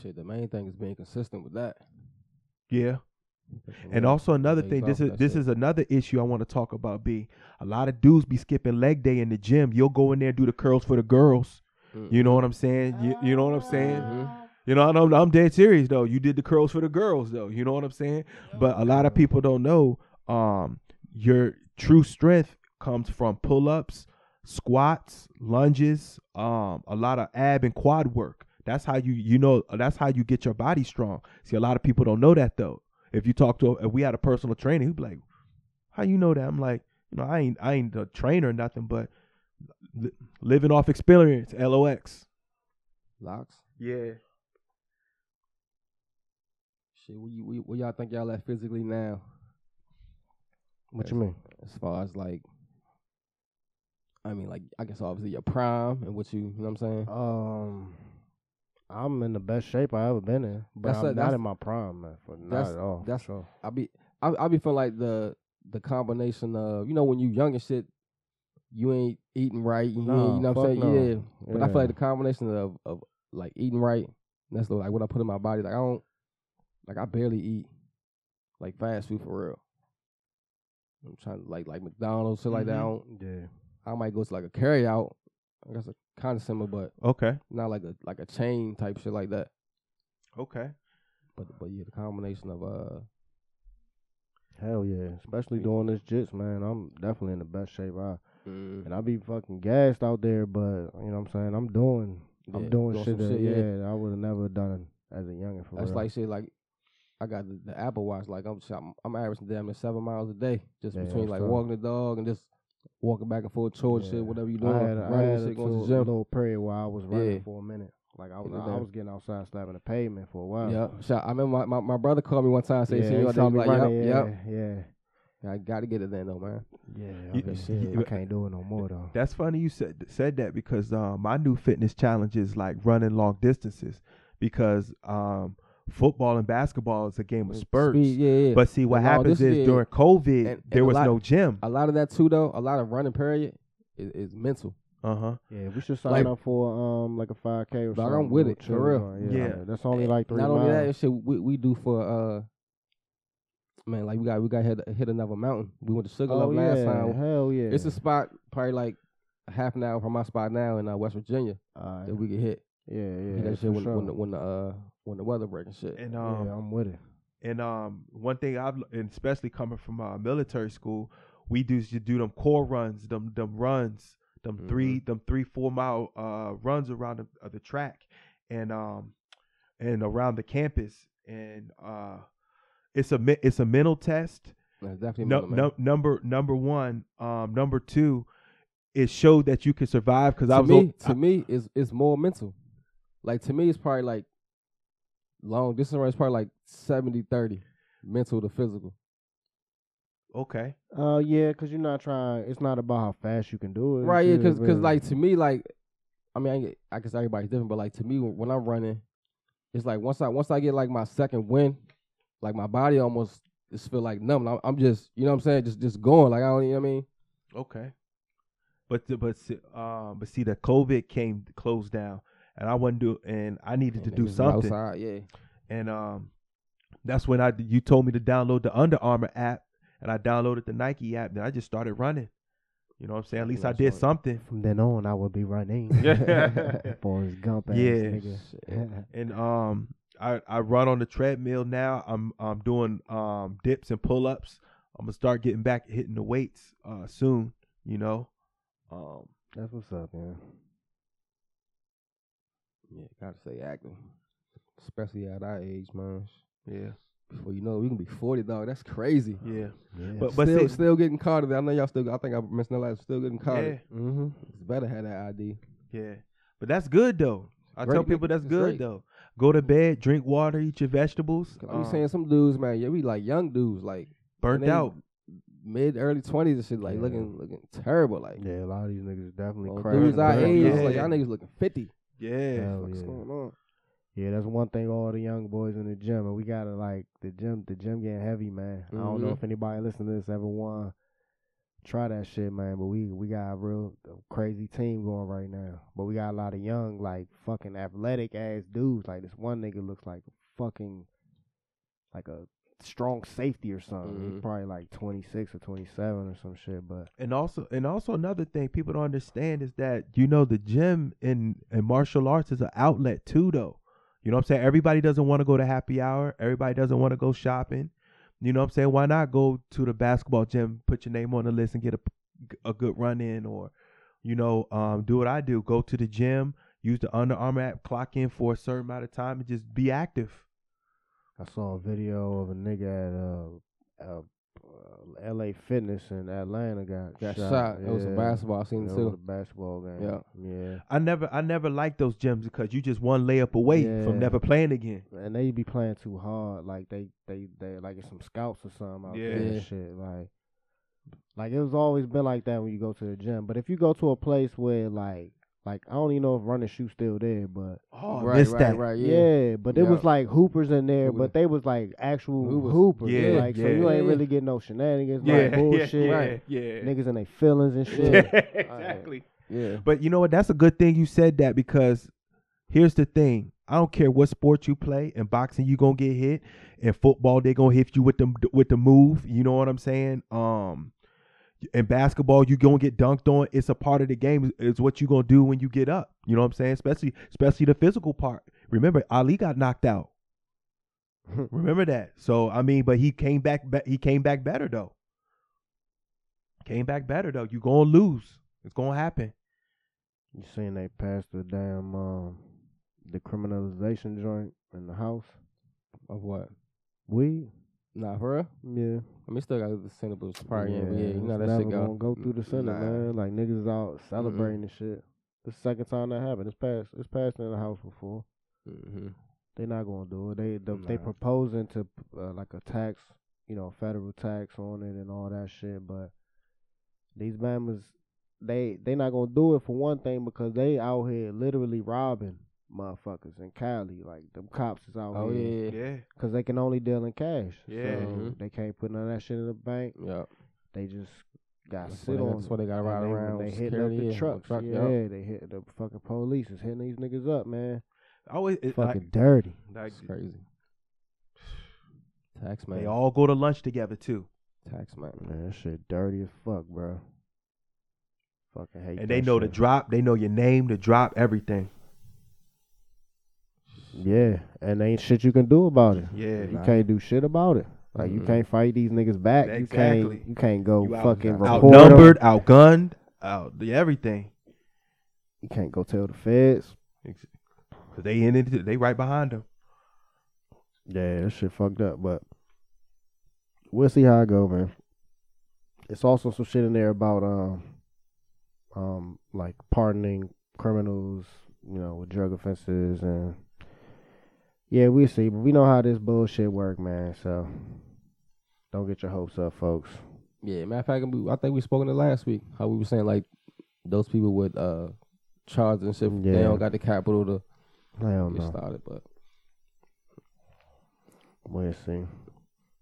Speaker 3: shit, the main thing is being consistent with that.
Speaker 2: yeah And also another thing, this is this is another issue I want to talk about. B. A lot of dudes be skipping leg day in the gym. You'll go in there and do the curls for the girls. You know what I'm saying? You, you know what I'm
Speaker 3: Ah.
Speaker 2: saying?
Speaker 3: Mm-hmm.
Speaker 2: You know, I'm, I'm dead serious though. You did the curls for the girls though. You know what I'm saying? But a lot of people don't know. Um, your true strength comes from pull ups, squats, lunges, um, a lot of ab and quad work. That's how you you know that's how you get your body strong. See, a lot of people don't know that though. If you talk to if we had a personal trainer, he'd be like, "How you know that?" I'm like, "You know, I ain't I ain't a trainer or nothing, but li- living off experience, LOX."
Speaker 3: locks.
Speaker 2: Yeah.
Speaker 3: Shit, where, you, where, where y'all think y'all at physically now?
Speaker 5: what you mean?
Speaker 3: As far as like, I mean, like I guess obviously your prime and what you, you know what I'm saying.
Speaker 5: Um, I'm in the best shape I ever been in, but
Speaker 3: That's
Speaker 5: I'm
Speaker 3: a-
Speaker 5: not
Speaker 3: that's-
Speaker 5: in my prime, man. For not
Speaker 3: that's-
Speaker 5: at all.
Speaker 3: that's-
Speaker 5: sure.
Speaker 3: I be I, I be feeling like the the combination of you know when you young and shit, you ain't eating right. You, ain't-
Speaker 5: No,
Speaker 3: you know what I'm saying?
Speaker 5: fuck no.
Speaker 3: Yeah. But I feel
Speaker 5: Yeah.
Speaker 3: like the combination of of like eating right, and that's like what I put in my body. Like I don't like I barely eat like fast food for real. I'm trying to like like McDonald's, shit like that. I,
Speaker 5: Mm-hmm.
Speaker 3: don't,
Speaker 5: Yeah.
Speaker 3: I might go to like a carryout. I guess a kind of similar, but
Speaker 2: Okay.
Speaker 3: not like a like a chain type shit like that.
Speaker 2: Okay.
Speaker 3: But but yeah, the combination of uh
Speaker 5: Hell yeah. Especially doing this jits, man. I'm definitely in the best shape I
Speaker 3: mm,
Speaker 5: and I be fucking gassed out there, but you know what I'm saying? I'm doing I'm
Speaker 3: yeah,
Speaker 5: doing,
Speaker 3: doing
Speaker 5: shit
Speaker 3: some
Speaker 5: that
Speaker 3: shit, yeah.
Speaker 5: yeah, that I would have never done as a youngin' for
Speaker 3: That's
Speaker 5: real.
Speaker 3: like shit. Like I got the, the Apple Watch. Like I'm, I'm, I'm averaging damn near seven miles a day just
Speaker 5: Yeah,
Speaker 3: between
Speaker 5: that's
Speaker 3: like
Speaker 5: tough.
Speaker 3: walking the dog and just walking back and forth, chores,
Speaker 5: Yeah.
Speaker 3: shit, whatever you doing,
Speaker 5: I had, I
Speaker 3: running
Speaker 5: had
Speaker 3: and
Speaker 5: a,
Speaker 3: shit, going to
Speaker 5: little-
Speaker 3: the gym.
Speaker 5: little period where I was running
Speaker 3: Yeah.
Speaker 5: for a minute. Like I was,
Speaker 3: Here and
Speaker 5: I
Speaker 3: there.
Speaker 5: was getting outside slapping the pavement for a while.
Speaker 3: Yeah, so I remember my, my, my brother called me one time,
Speaker 5: So
Speaker 3: said, "See you out there." I'm Like,
Speaker 5: running,
Speaker 3: yep,
Speaker 5: yeah,
Speaker 3: yep. I got to get it then, though, man.
Speaker 5: yeah, yeah. I,
Speaker 2: You-
Speaker 5: mean, shit,
Speaker 2: you-
Speaker 5: I can't do it no more though.
Speaker 2: That's funny you said said that because uh, my new fitness challenge is like running long distances because um, football and basketball is a game of spurts.
Speaker 3: Speed, yeah, yeah.
Speaker 2: But see, what
Speaker 3: And long
Speaker 2: happens is
Speaker 3: distance,
Speaker 2: during COVID,
Speaker 3: and
Speaker 2: there
Speaker 3: a
Speaker 2: was
Speaker 3: lot-
Speaker 2: no gym.
Speaker 3: a lot of that too, though. A lot of running period is, is mental.
Speaker 2: Uh huh.
Speaker 5: Yeah, we should sign
Speaker 3: Like-
Speaker 5: up for um like a five k or
Speaker 3: Dog, I'm
Speaker 5: something.
Speaker 3: with
Speaker 5: or
Speaker 3: it, for
Speaker 5: two,
Speaker 3: real. Eh,
Speaker 5: or- Yeah,
Speaker 2: Yeah.
Speaker 5: that's only like three.
Speaker 3: Not
Speaker 5: miles.
Speaker 3: only that, it's shit we, we do for uh. Man, like we got we got hit hit another mountain. We went to Sugar
Speaker 5: oh
Speaker 3: Loaf
Speaker 5: yeah,
Speaker 3: last time.
Speaker 5: hell yeah.
Speaker 3: It's a spot probably like a half an hour from my spot now in uh, West Virginia
Speaker 5: Alright.
Speaker 3: that we can hit.
Speaker 5: yeah, yeah.
Speaker 3: hit that
Speaker 5: for
Speaker 3: shit when,
Speaker 5: sure.
Speaker 3: when, the, when the uh when the weather breaks and shit.
Speaker 2: And
Speaker 5: yeah,
Speaker 2: um,
Speaker 5: I'm with it.
Speaker 2: and um, one thing I've and especially coming from uh, military school, we do you do them core runs, them them runs, them three
Speaker 3: Mm-hmm.
Speaker 2: them three four mile uh runs around the, uh, the track, and um, and around the campus, and uh, it's a me- it's a mental test.
Speaker 3: That's definitely
Speaker 2: No,
Speaker 3: Miller, man.
Speaker 2: no, number number one, um, number two, it showed that you could survive because
Speaker 3: to
Speaker 2: I was
Speaker 3: me,
Speaker 2: on-
Speaker 3: to me, it's it's more mental. Like to me, it's probably like long distance run is probably like 70 30 mental to physical.
Speaker 2: okay.
Speaker 5: Uh, yeah, cause you're not trying. It's not about how fast you can do it.
Speaker 3: Right, yeah,
Speaker 5: shit,
Speaker 3: because
Speaker 5: but-
Speaker 3: like to me, like I mean, I, get- I guess everybody's different, but like to me, when, when I'm running, it's like once I once I get like my second win, like my body almost just feel like numb. I'm, I'm just you know what I'm saying, just just going. Like I don't, you know what I mean?
Speaker 2: Okay. But the, but see, um but see the COVID came closed down and I wasn't do and I needed to
Speaker 3: And
Speaker 2: do
Speaker 3: niggas was
Speaker 2: something
Speaker 3: Outside, yeah.
Speaker 2: and um that's when I you told me to download the Under Armour app and I downloaded the Nike app and I just started running. You know what I'm saying? At least I
Speaker 3: That's
Speaker 2: did
Speaker 3: right.
Speaker 2: something.
Speaker 5: from then on, I would be running.
Speaker 2: Yeah.
Speaker 5: for his gump ass
Speaker 2: Yeah.
Speaker 5: nigga.
Speaker 2: And um I I run on the treadmill now. I'm I'm doing um dips and pull ups. I'm gonna start getting back hitting the weights uh soon. You know. Um
Speaker 5: That's what's up, man.
Speaker 3: Yeah, gotta stay active, especially at our age, man.
Speaker 2: yeah
Speaker 3: Before you know, it, we can be forty, dog. That's crazy.
Speaker 2: yeah.
Speaker 5: Yeah.
Speaker 2: But but
Speaker 3: still,
Speaker 2: see-
Speaker 3: still getting carded. I know y'all still. I think I mentioned that last. Still getting carded.
Speaker 5: mm-hmm.
Speaker 3: It's better have that ID.
Speaker 2: Yeah, but that's good though. I
Speaker 3: Great,
Speaker 2: tell people
Speaker 3: nigga.
Speaker 2: that's
Speaker 3: It's
Speaker 2: good
Speaker 3: great.
Speaker 2: though. Go to bed, drink water, eat your vegetables.
Speaker 3: 'Cause I'm
Speaker 2: um,
Speaker 3: saying some dudes, man. Yeah, we like young dudes, like
Speaker 2: burnt
Speaker 3: and they
Speaker 2: out.
Speaker 3: mid early twenties and shit, like
Speaker 5: Yeah.
Speaker 3: looking looking terrible. Like
Speaker 5: yeah, a lot of these niggas definitely
Speaker 3: well,
Speaker 5: crazy.
Speaker 3: dudes our
Speaker 2: burnt
Speaker 3: age,
Speaker 2: out.
Speaker 3: like y'all
Speaker 2: Yeah.
Speaker 3: niggas looking fifty.
Speaker 2: Yeah,
Speaker 5: Hell
Speaker 3: What's
Speaker 5: yeah.
Speaker 3: going on?
Speaker 5: Yeah, that's one thing all the young boys in the gym, and we gotta like the gym. The gym getting heavy, man. I don't know
Speaker 3: Mhm.
Speaker 5: if anybody listening to this ever want try that shit, man. But we we got a real crazy team going right now. But we got a lot of young, like fucking athletic ass dudes. Like this one nigga looks like fucking like a strong safety or something. He's
Speaker 3: Mhm.
Speaker 5: probably like twenty six or twenty seven or some shit. But
Speaker 2: and also and also another thing people don't understand is that you know the gym and and martial arts is an outlet too though. You know what I'm saying? Everybody doesn't want to go to happy hour. Everybody doesn't want to go shopping. You know what I'm saying? Why not go to the basketball gym, put your name on the list, and get a a good run in, or you know, um, do what I do: go to the gym, use the Under Armour app, clock in for a certain amount of time, and just be active.
Speaker 5: I saw a video of a nigga at uh, uh, uh, L.A. Fitness in Atlanta got
Speaker 3: Got shot. It was a
Speaker 5: Yeah.
Speaker 3: basketball
Speaker 5: That
Speaker 3: scene
Speaker 5: was a
Speaker 3: too.
Speaker 5: basketball game.
Speaker 3: Yeah.
Speaker 5: yeah.
Speaker 2: I never, I never liked those gyms because you just one layup away
Speaker 5: Yeah.
Speaker 2: from never playing again.
Speaker 5: And they be playing too hard. Like they, they, they like it's some scouts or something out there.
Speaker 3: Yeah.
Speaker 5: And shit. Like, like it was always been like that when you go to the gym. But if you go to a place where like Like I don't even know if run and shoot still there, but
Speaker 2: Oh,
Speaker 3: right,
Speaker 2: missed
Speaker 3: right,
Speaker 2: that.
Speaker 3: right, yeah.
Speaker 5: yeah, but it was
Speaker 3: Yup.
Speaker 5: like hoopers in there,
Speaker 3: Hoopers.
Speaker 5: but they was like actual
Speaker 3: Hoopers.
Speaker 5: hoopers.
Speaker 2: Yeah,
Speaker 5: like so
Speaker 2: yeah.
Speaker 5: you ain't
Speaker 3: Yeah.
Speaker 5: really getting no shenanigans,
Speaker 2: Yeah,
Speaker 5: yeah,
Speaker 2: yeah,
Speaker 5: bullshit,
Speaker 2: yeah,
Speaker 5: Right.
Speaker 2: yeah.
Speaker 5: niggas and they feelings and shit.
Speaker 2: Yeah,
Speaker 5: All right.
Speaker 2: exactly.
Speaker 3: Yeah.
Speaker 2: But you know what? That's a good thing you said that because here's the thing. I don't care what sport you play. In boxing, you gonna get hit. In football, they gonna hit you with the with the move. You know what I'm saying? Um, in basketball, you gonna get dunked on. It's a part of the game. It's what you gonna do when you get up. You know what I'm saying? Especially especially the physical part. Remember, Ali got knocked out. Remember that. So I mean, but he came back. Be- he came back better though. Came back better though. You gonna lose. It's gonna happen.
Speaker 5: Uh, You seen they passed the damn um the criminalization joint in the house?
Speaker 3: Of what?
Speaker 5: Weed?
Speaker 3: Nah, for real?
Speaker 5: Yeah.
Speaker 3: I mean, still got the Senate, but it's probably yeah, yeah,
Speaker 5: it's
Speaker 3: you know that
Speaker 5: never
Speaker 3: shit
Speaker 5: gonna
Speaker 3: got
Speaker 5: go through the Senate,
Speaker 3: Nah.
Speaker 5: man.
Speaker 3: Mm-hmm.
Speaker 5: Like niggas is out celebrating and shit. The second time that happened. It's passed it's passed in the house before.
Speaker 3: Mhm.
Speaker 5: They not gonna do it. They the, they
Speaker 3: Nah.
Speaker 5: proposing to uh, like a tax, you know, federal tax on it and all that shit. But these bammers, they they not gonna do it for one thing because they out here literally robbing motherfuckers in Cali. Like them cops is out
Speaker 3: Oh
Speaker 5: here
Speaker 3: yeah, yeah,
Speaker 2: Yeah.
Speaker 5: because they can only deal in cash.
Speaker 2: Yeah.
Speaker 5: so
Speaker 3: Mhm.
Speaker 5: they can't put none of that shit in the bank.
Speaker 3: yeah.
Speaker 5: They just got
Speaker 3: That's
Speaker 5: sit
Speaker 3: why
Speaker 5: on.
Speaker 3: they- that's why they gotta
Speaker 5: And
Speaker 3: ride
Speaker 5: they, when
Speaker 3: around.
Speaker 5: They
Speaker 3: with
Speaker 5: hitting up
Speaker 3: security,
Speaker 5: the
Speaker 3: yeah,
Speaker 5: trucks.
Speaker 3: Truck,
Speaker 5: yeah,
Speaker 3: yeah.
Speaker 5: they hit the fucking police is hitting these niggas up, man.
Speaker 2: I always it,
Speaker 5: Fucking dirty.
Speaker 2: like,
Speaker 3: It's crazy. Tax
Speaker 2: like, they
Speaker 3: man,
Speaker 2: all go to lunch together too,
Speaker 3: tax man.
Speaker 5: Man, that shit dirty as fuck, bro. Fucking hate.
Speaker 2: and they know
Speaker 5: the
Speaker 2: the drop. They know your name, the drop, everything.
Speaker 5: Yeah, and ain't shit you can do about it.
Speaker 2: Yeah.
Speaker 5: you can't do shit about it. Like you
Speaker 3: Mm-mm.
Speaker 5: can't fight these niggas back. You
Speaker 2: Exactly.
Speaker 5: can't. You can't go
Speaker 2: You out-
Speaker 5: fucking report 'em.
Speaker 2: Outnumbered, outgunned, out the everything.
Speaker 5: You can't go tell the feds.
Speaker 2: Ex- 'cause they in it. They right behind them.
Speaker 5: Yeah, that shit fucked up, but we'll see how it go, man. It's also some shit in there about um um like pardoning criminals, you know, with drug offenses and yeah, we'll see. But we know how this bullshit work, man, so don't get your hopes up, folks.
Speaker 3: Yeah, matter of fact, we- I think we spoke on it last week. How we were saying like those people with uh charges and shit,
Speaker 5: Yeah.
Speaker 3: they don't got the capital to
Speaker 5: Hell
Speaker 3: get
Speaker 5: no.
Speaker 3: started. But
Speaker 5: We'll see.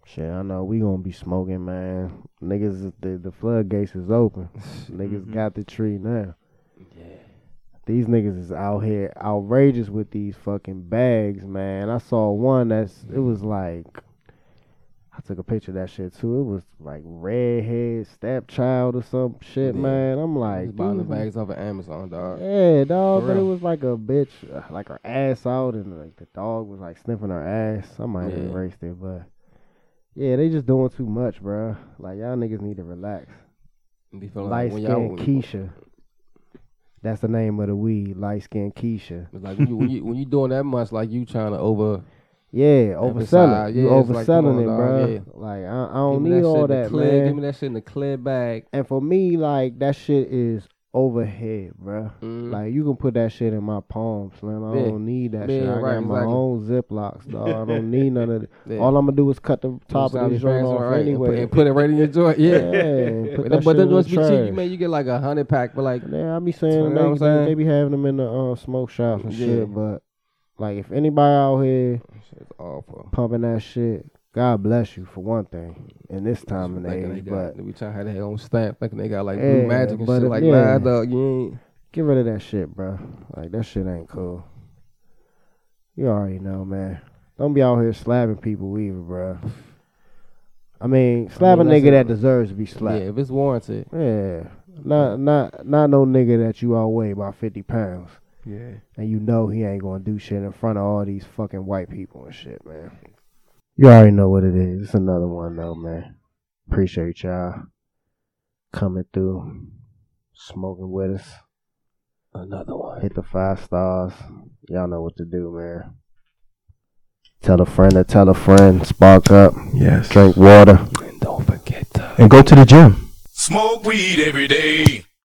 Speaker 5: Shit, I know we gonna be smoking, man. Niggas the the floodgates is open. Niggas
Speaker 2: Mhm.
Speaker 5: got the tree now.
Speaker 3: yeah,
Speaker 5: These niggas is out here outrageous with these fucking bags, man. I saw one that's it was like I took a picture of that shit too. It was like redhead stepchild or some shit,
Speaker 3: Yeah.
Speaker 5: man. I'm
Speaker 3: like
Speaker 5: like,
Speaker 3: buying the
Speaker 5: these-
Speaker 3: bags off of Amazon, dog.
Speaker 5: yeah, dog,
Speaker 3: For
Speaker 5: but it
Speaker 3: real.
Speaker 5: was like a bitch, uh, like her ass out, and like the dog was like sniffing her ass. I might have
Speaker 3: Yeah.
Speaker 5: erased it, but yeah, they just doing too much, bruh. Like y'all niggas need to relax.
Speaker 3: Be feeling
Speaker 5: Light
Speaker 3: like when y'all
Speaker 5: skin Keisha. That's the name of the weed. Light skin Keisha.
Speaker 3: It's like when you, when you when you doing that much, like you trying to over.
Speaker 5: Yeah, overselling.
Speaker 3: Emphasize,
Speaker 5: You
Speaker 3: yeah, it's like, come
Speaker 5: overselling
Speaker 3: on,
Speaker 5: it,
Speaker 3: dog,
Speaker 5: bro.
Speaker 3: yeah.
Speaker 5: Like I, I don't
Speaker 3: give me
Speaker 5: need
Speaker 3: that shit
Speaker 5: all
Speaker 3: in the
Speaker 5: that,
Speaker 3: clear, Give me
Speaker 5: man.
Speaker 3: that shit in the clear bag.
Speaker 5: And for me, like that shit is overhead, bro.
Speaker 3: Mm.
Speaker 5: Like you can put that shit in my palm, slim. I
Speaker 3: Yeah.
Speaker 5: don't need that shit.
Speaker 3: Yeah,
Speaker 5: I got
Speaker 3: right,
Speaker 5: my
Speaker 3: exactly.
Speaker 5: own Ziplocs, dog. I don't need none of it.
Speaker 3: Yeah.
Speaker 5: All I'm gonna do is cut the top
Speaker 3: Sound
Speaker 5: of this joint
Speaker 3: effects,
Speaker 5: off
Speaker 3: right, and put-
Speaker 5: anyway.
Speaker 3: and put it right in your joint. Yeah,
Speaker 5: yeah, and put that
Speaker 3: But, but
Speaker 5: shit
Speaker 3: them
Speaker 5: in the
Speaker 3: joints be cheap. You
Speaker 5: trash.
Speaker 3: man, you get like a hundred pack, but like
Speaker 5: Yeah, I be saying
Speaker 3: You know what I'm
Speaker 5: they, they,
Speaker 3: saying?
Speaker 5: they be having them in the uh, smoke shops and
Speaker 3: Yeah.
Speaker 5: shit, but like if anybody out here
Speaker 3: it's awful.
Speaker 5: pumping that shit. God bless you for one thing in this time and
Speaker 3: Thinking they
Speaker 5: age, but
Speaker 3: got, we trying to have their own stamp, thinking they got like
Speaker 5: Yeah,
Speaker 3: blue magic and
Speaker 5: but
Speaker 3: shit
Speaker 5: if-
Speaker 3: like
Speaker 5: yeah.
Speaker 3: that. Dog, you ain't.
Speaker 5: get rid of that shit, bro. Like that shit ain't cool. You already know, man. Don't be out here slapping people either, bro. I mean, slap a
Speaker 3: that's
Speaker 5: nigga
Speaker 3: it.
Speaker 5: that deserves to be slapped.
Speaker 3: Yeah, if it's warranted,
Speaker 5: Yeah. Not not not no nigga that you outweigh by fifty pounds.
Speaker 2: Yeah.
Speaker 5: And you know he ain't gonna do shit in front of all these fucking white people and shit, man. You already know what it is. It's another one though, man. Appreciate y'all coming through, smoking with us.
Speaker 3: another one.
Speaker 5: Hit the five stars. Y'all know what to do, man. Tell a friend to tell a friend. Spark up.
Speaker 2: Yes.
Speaker 5: Drink water.
Speaker 3: And don't forget to.
Speaker 2: And go to the gym.
Speaker 1: Smoke weed every day.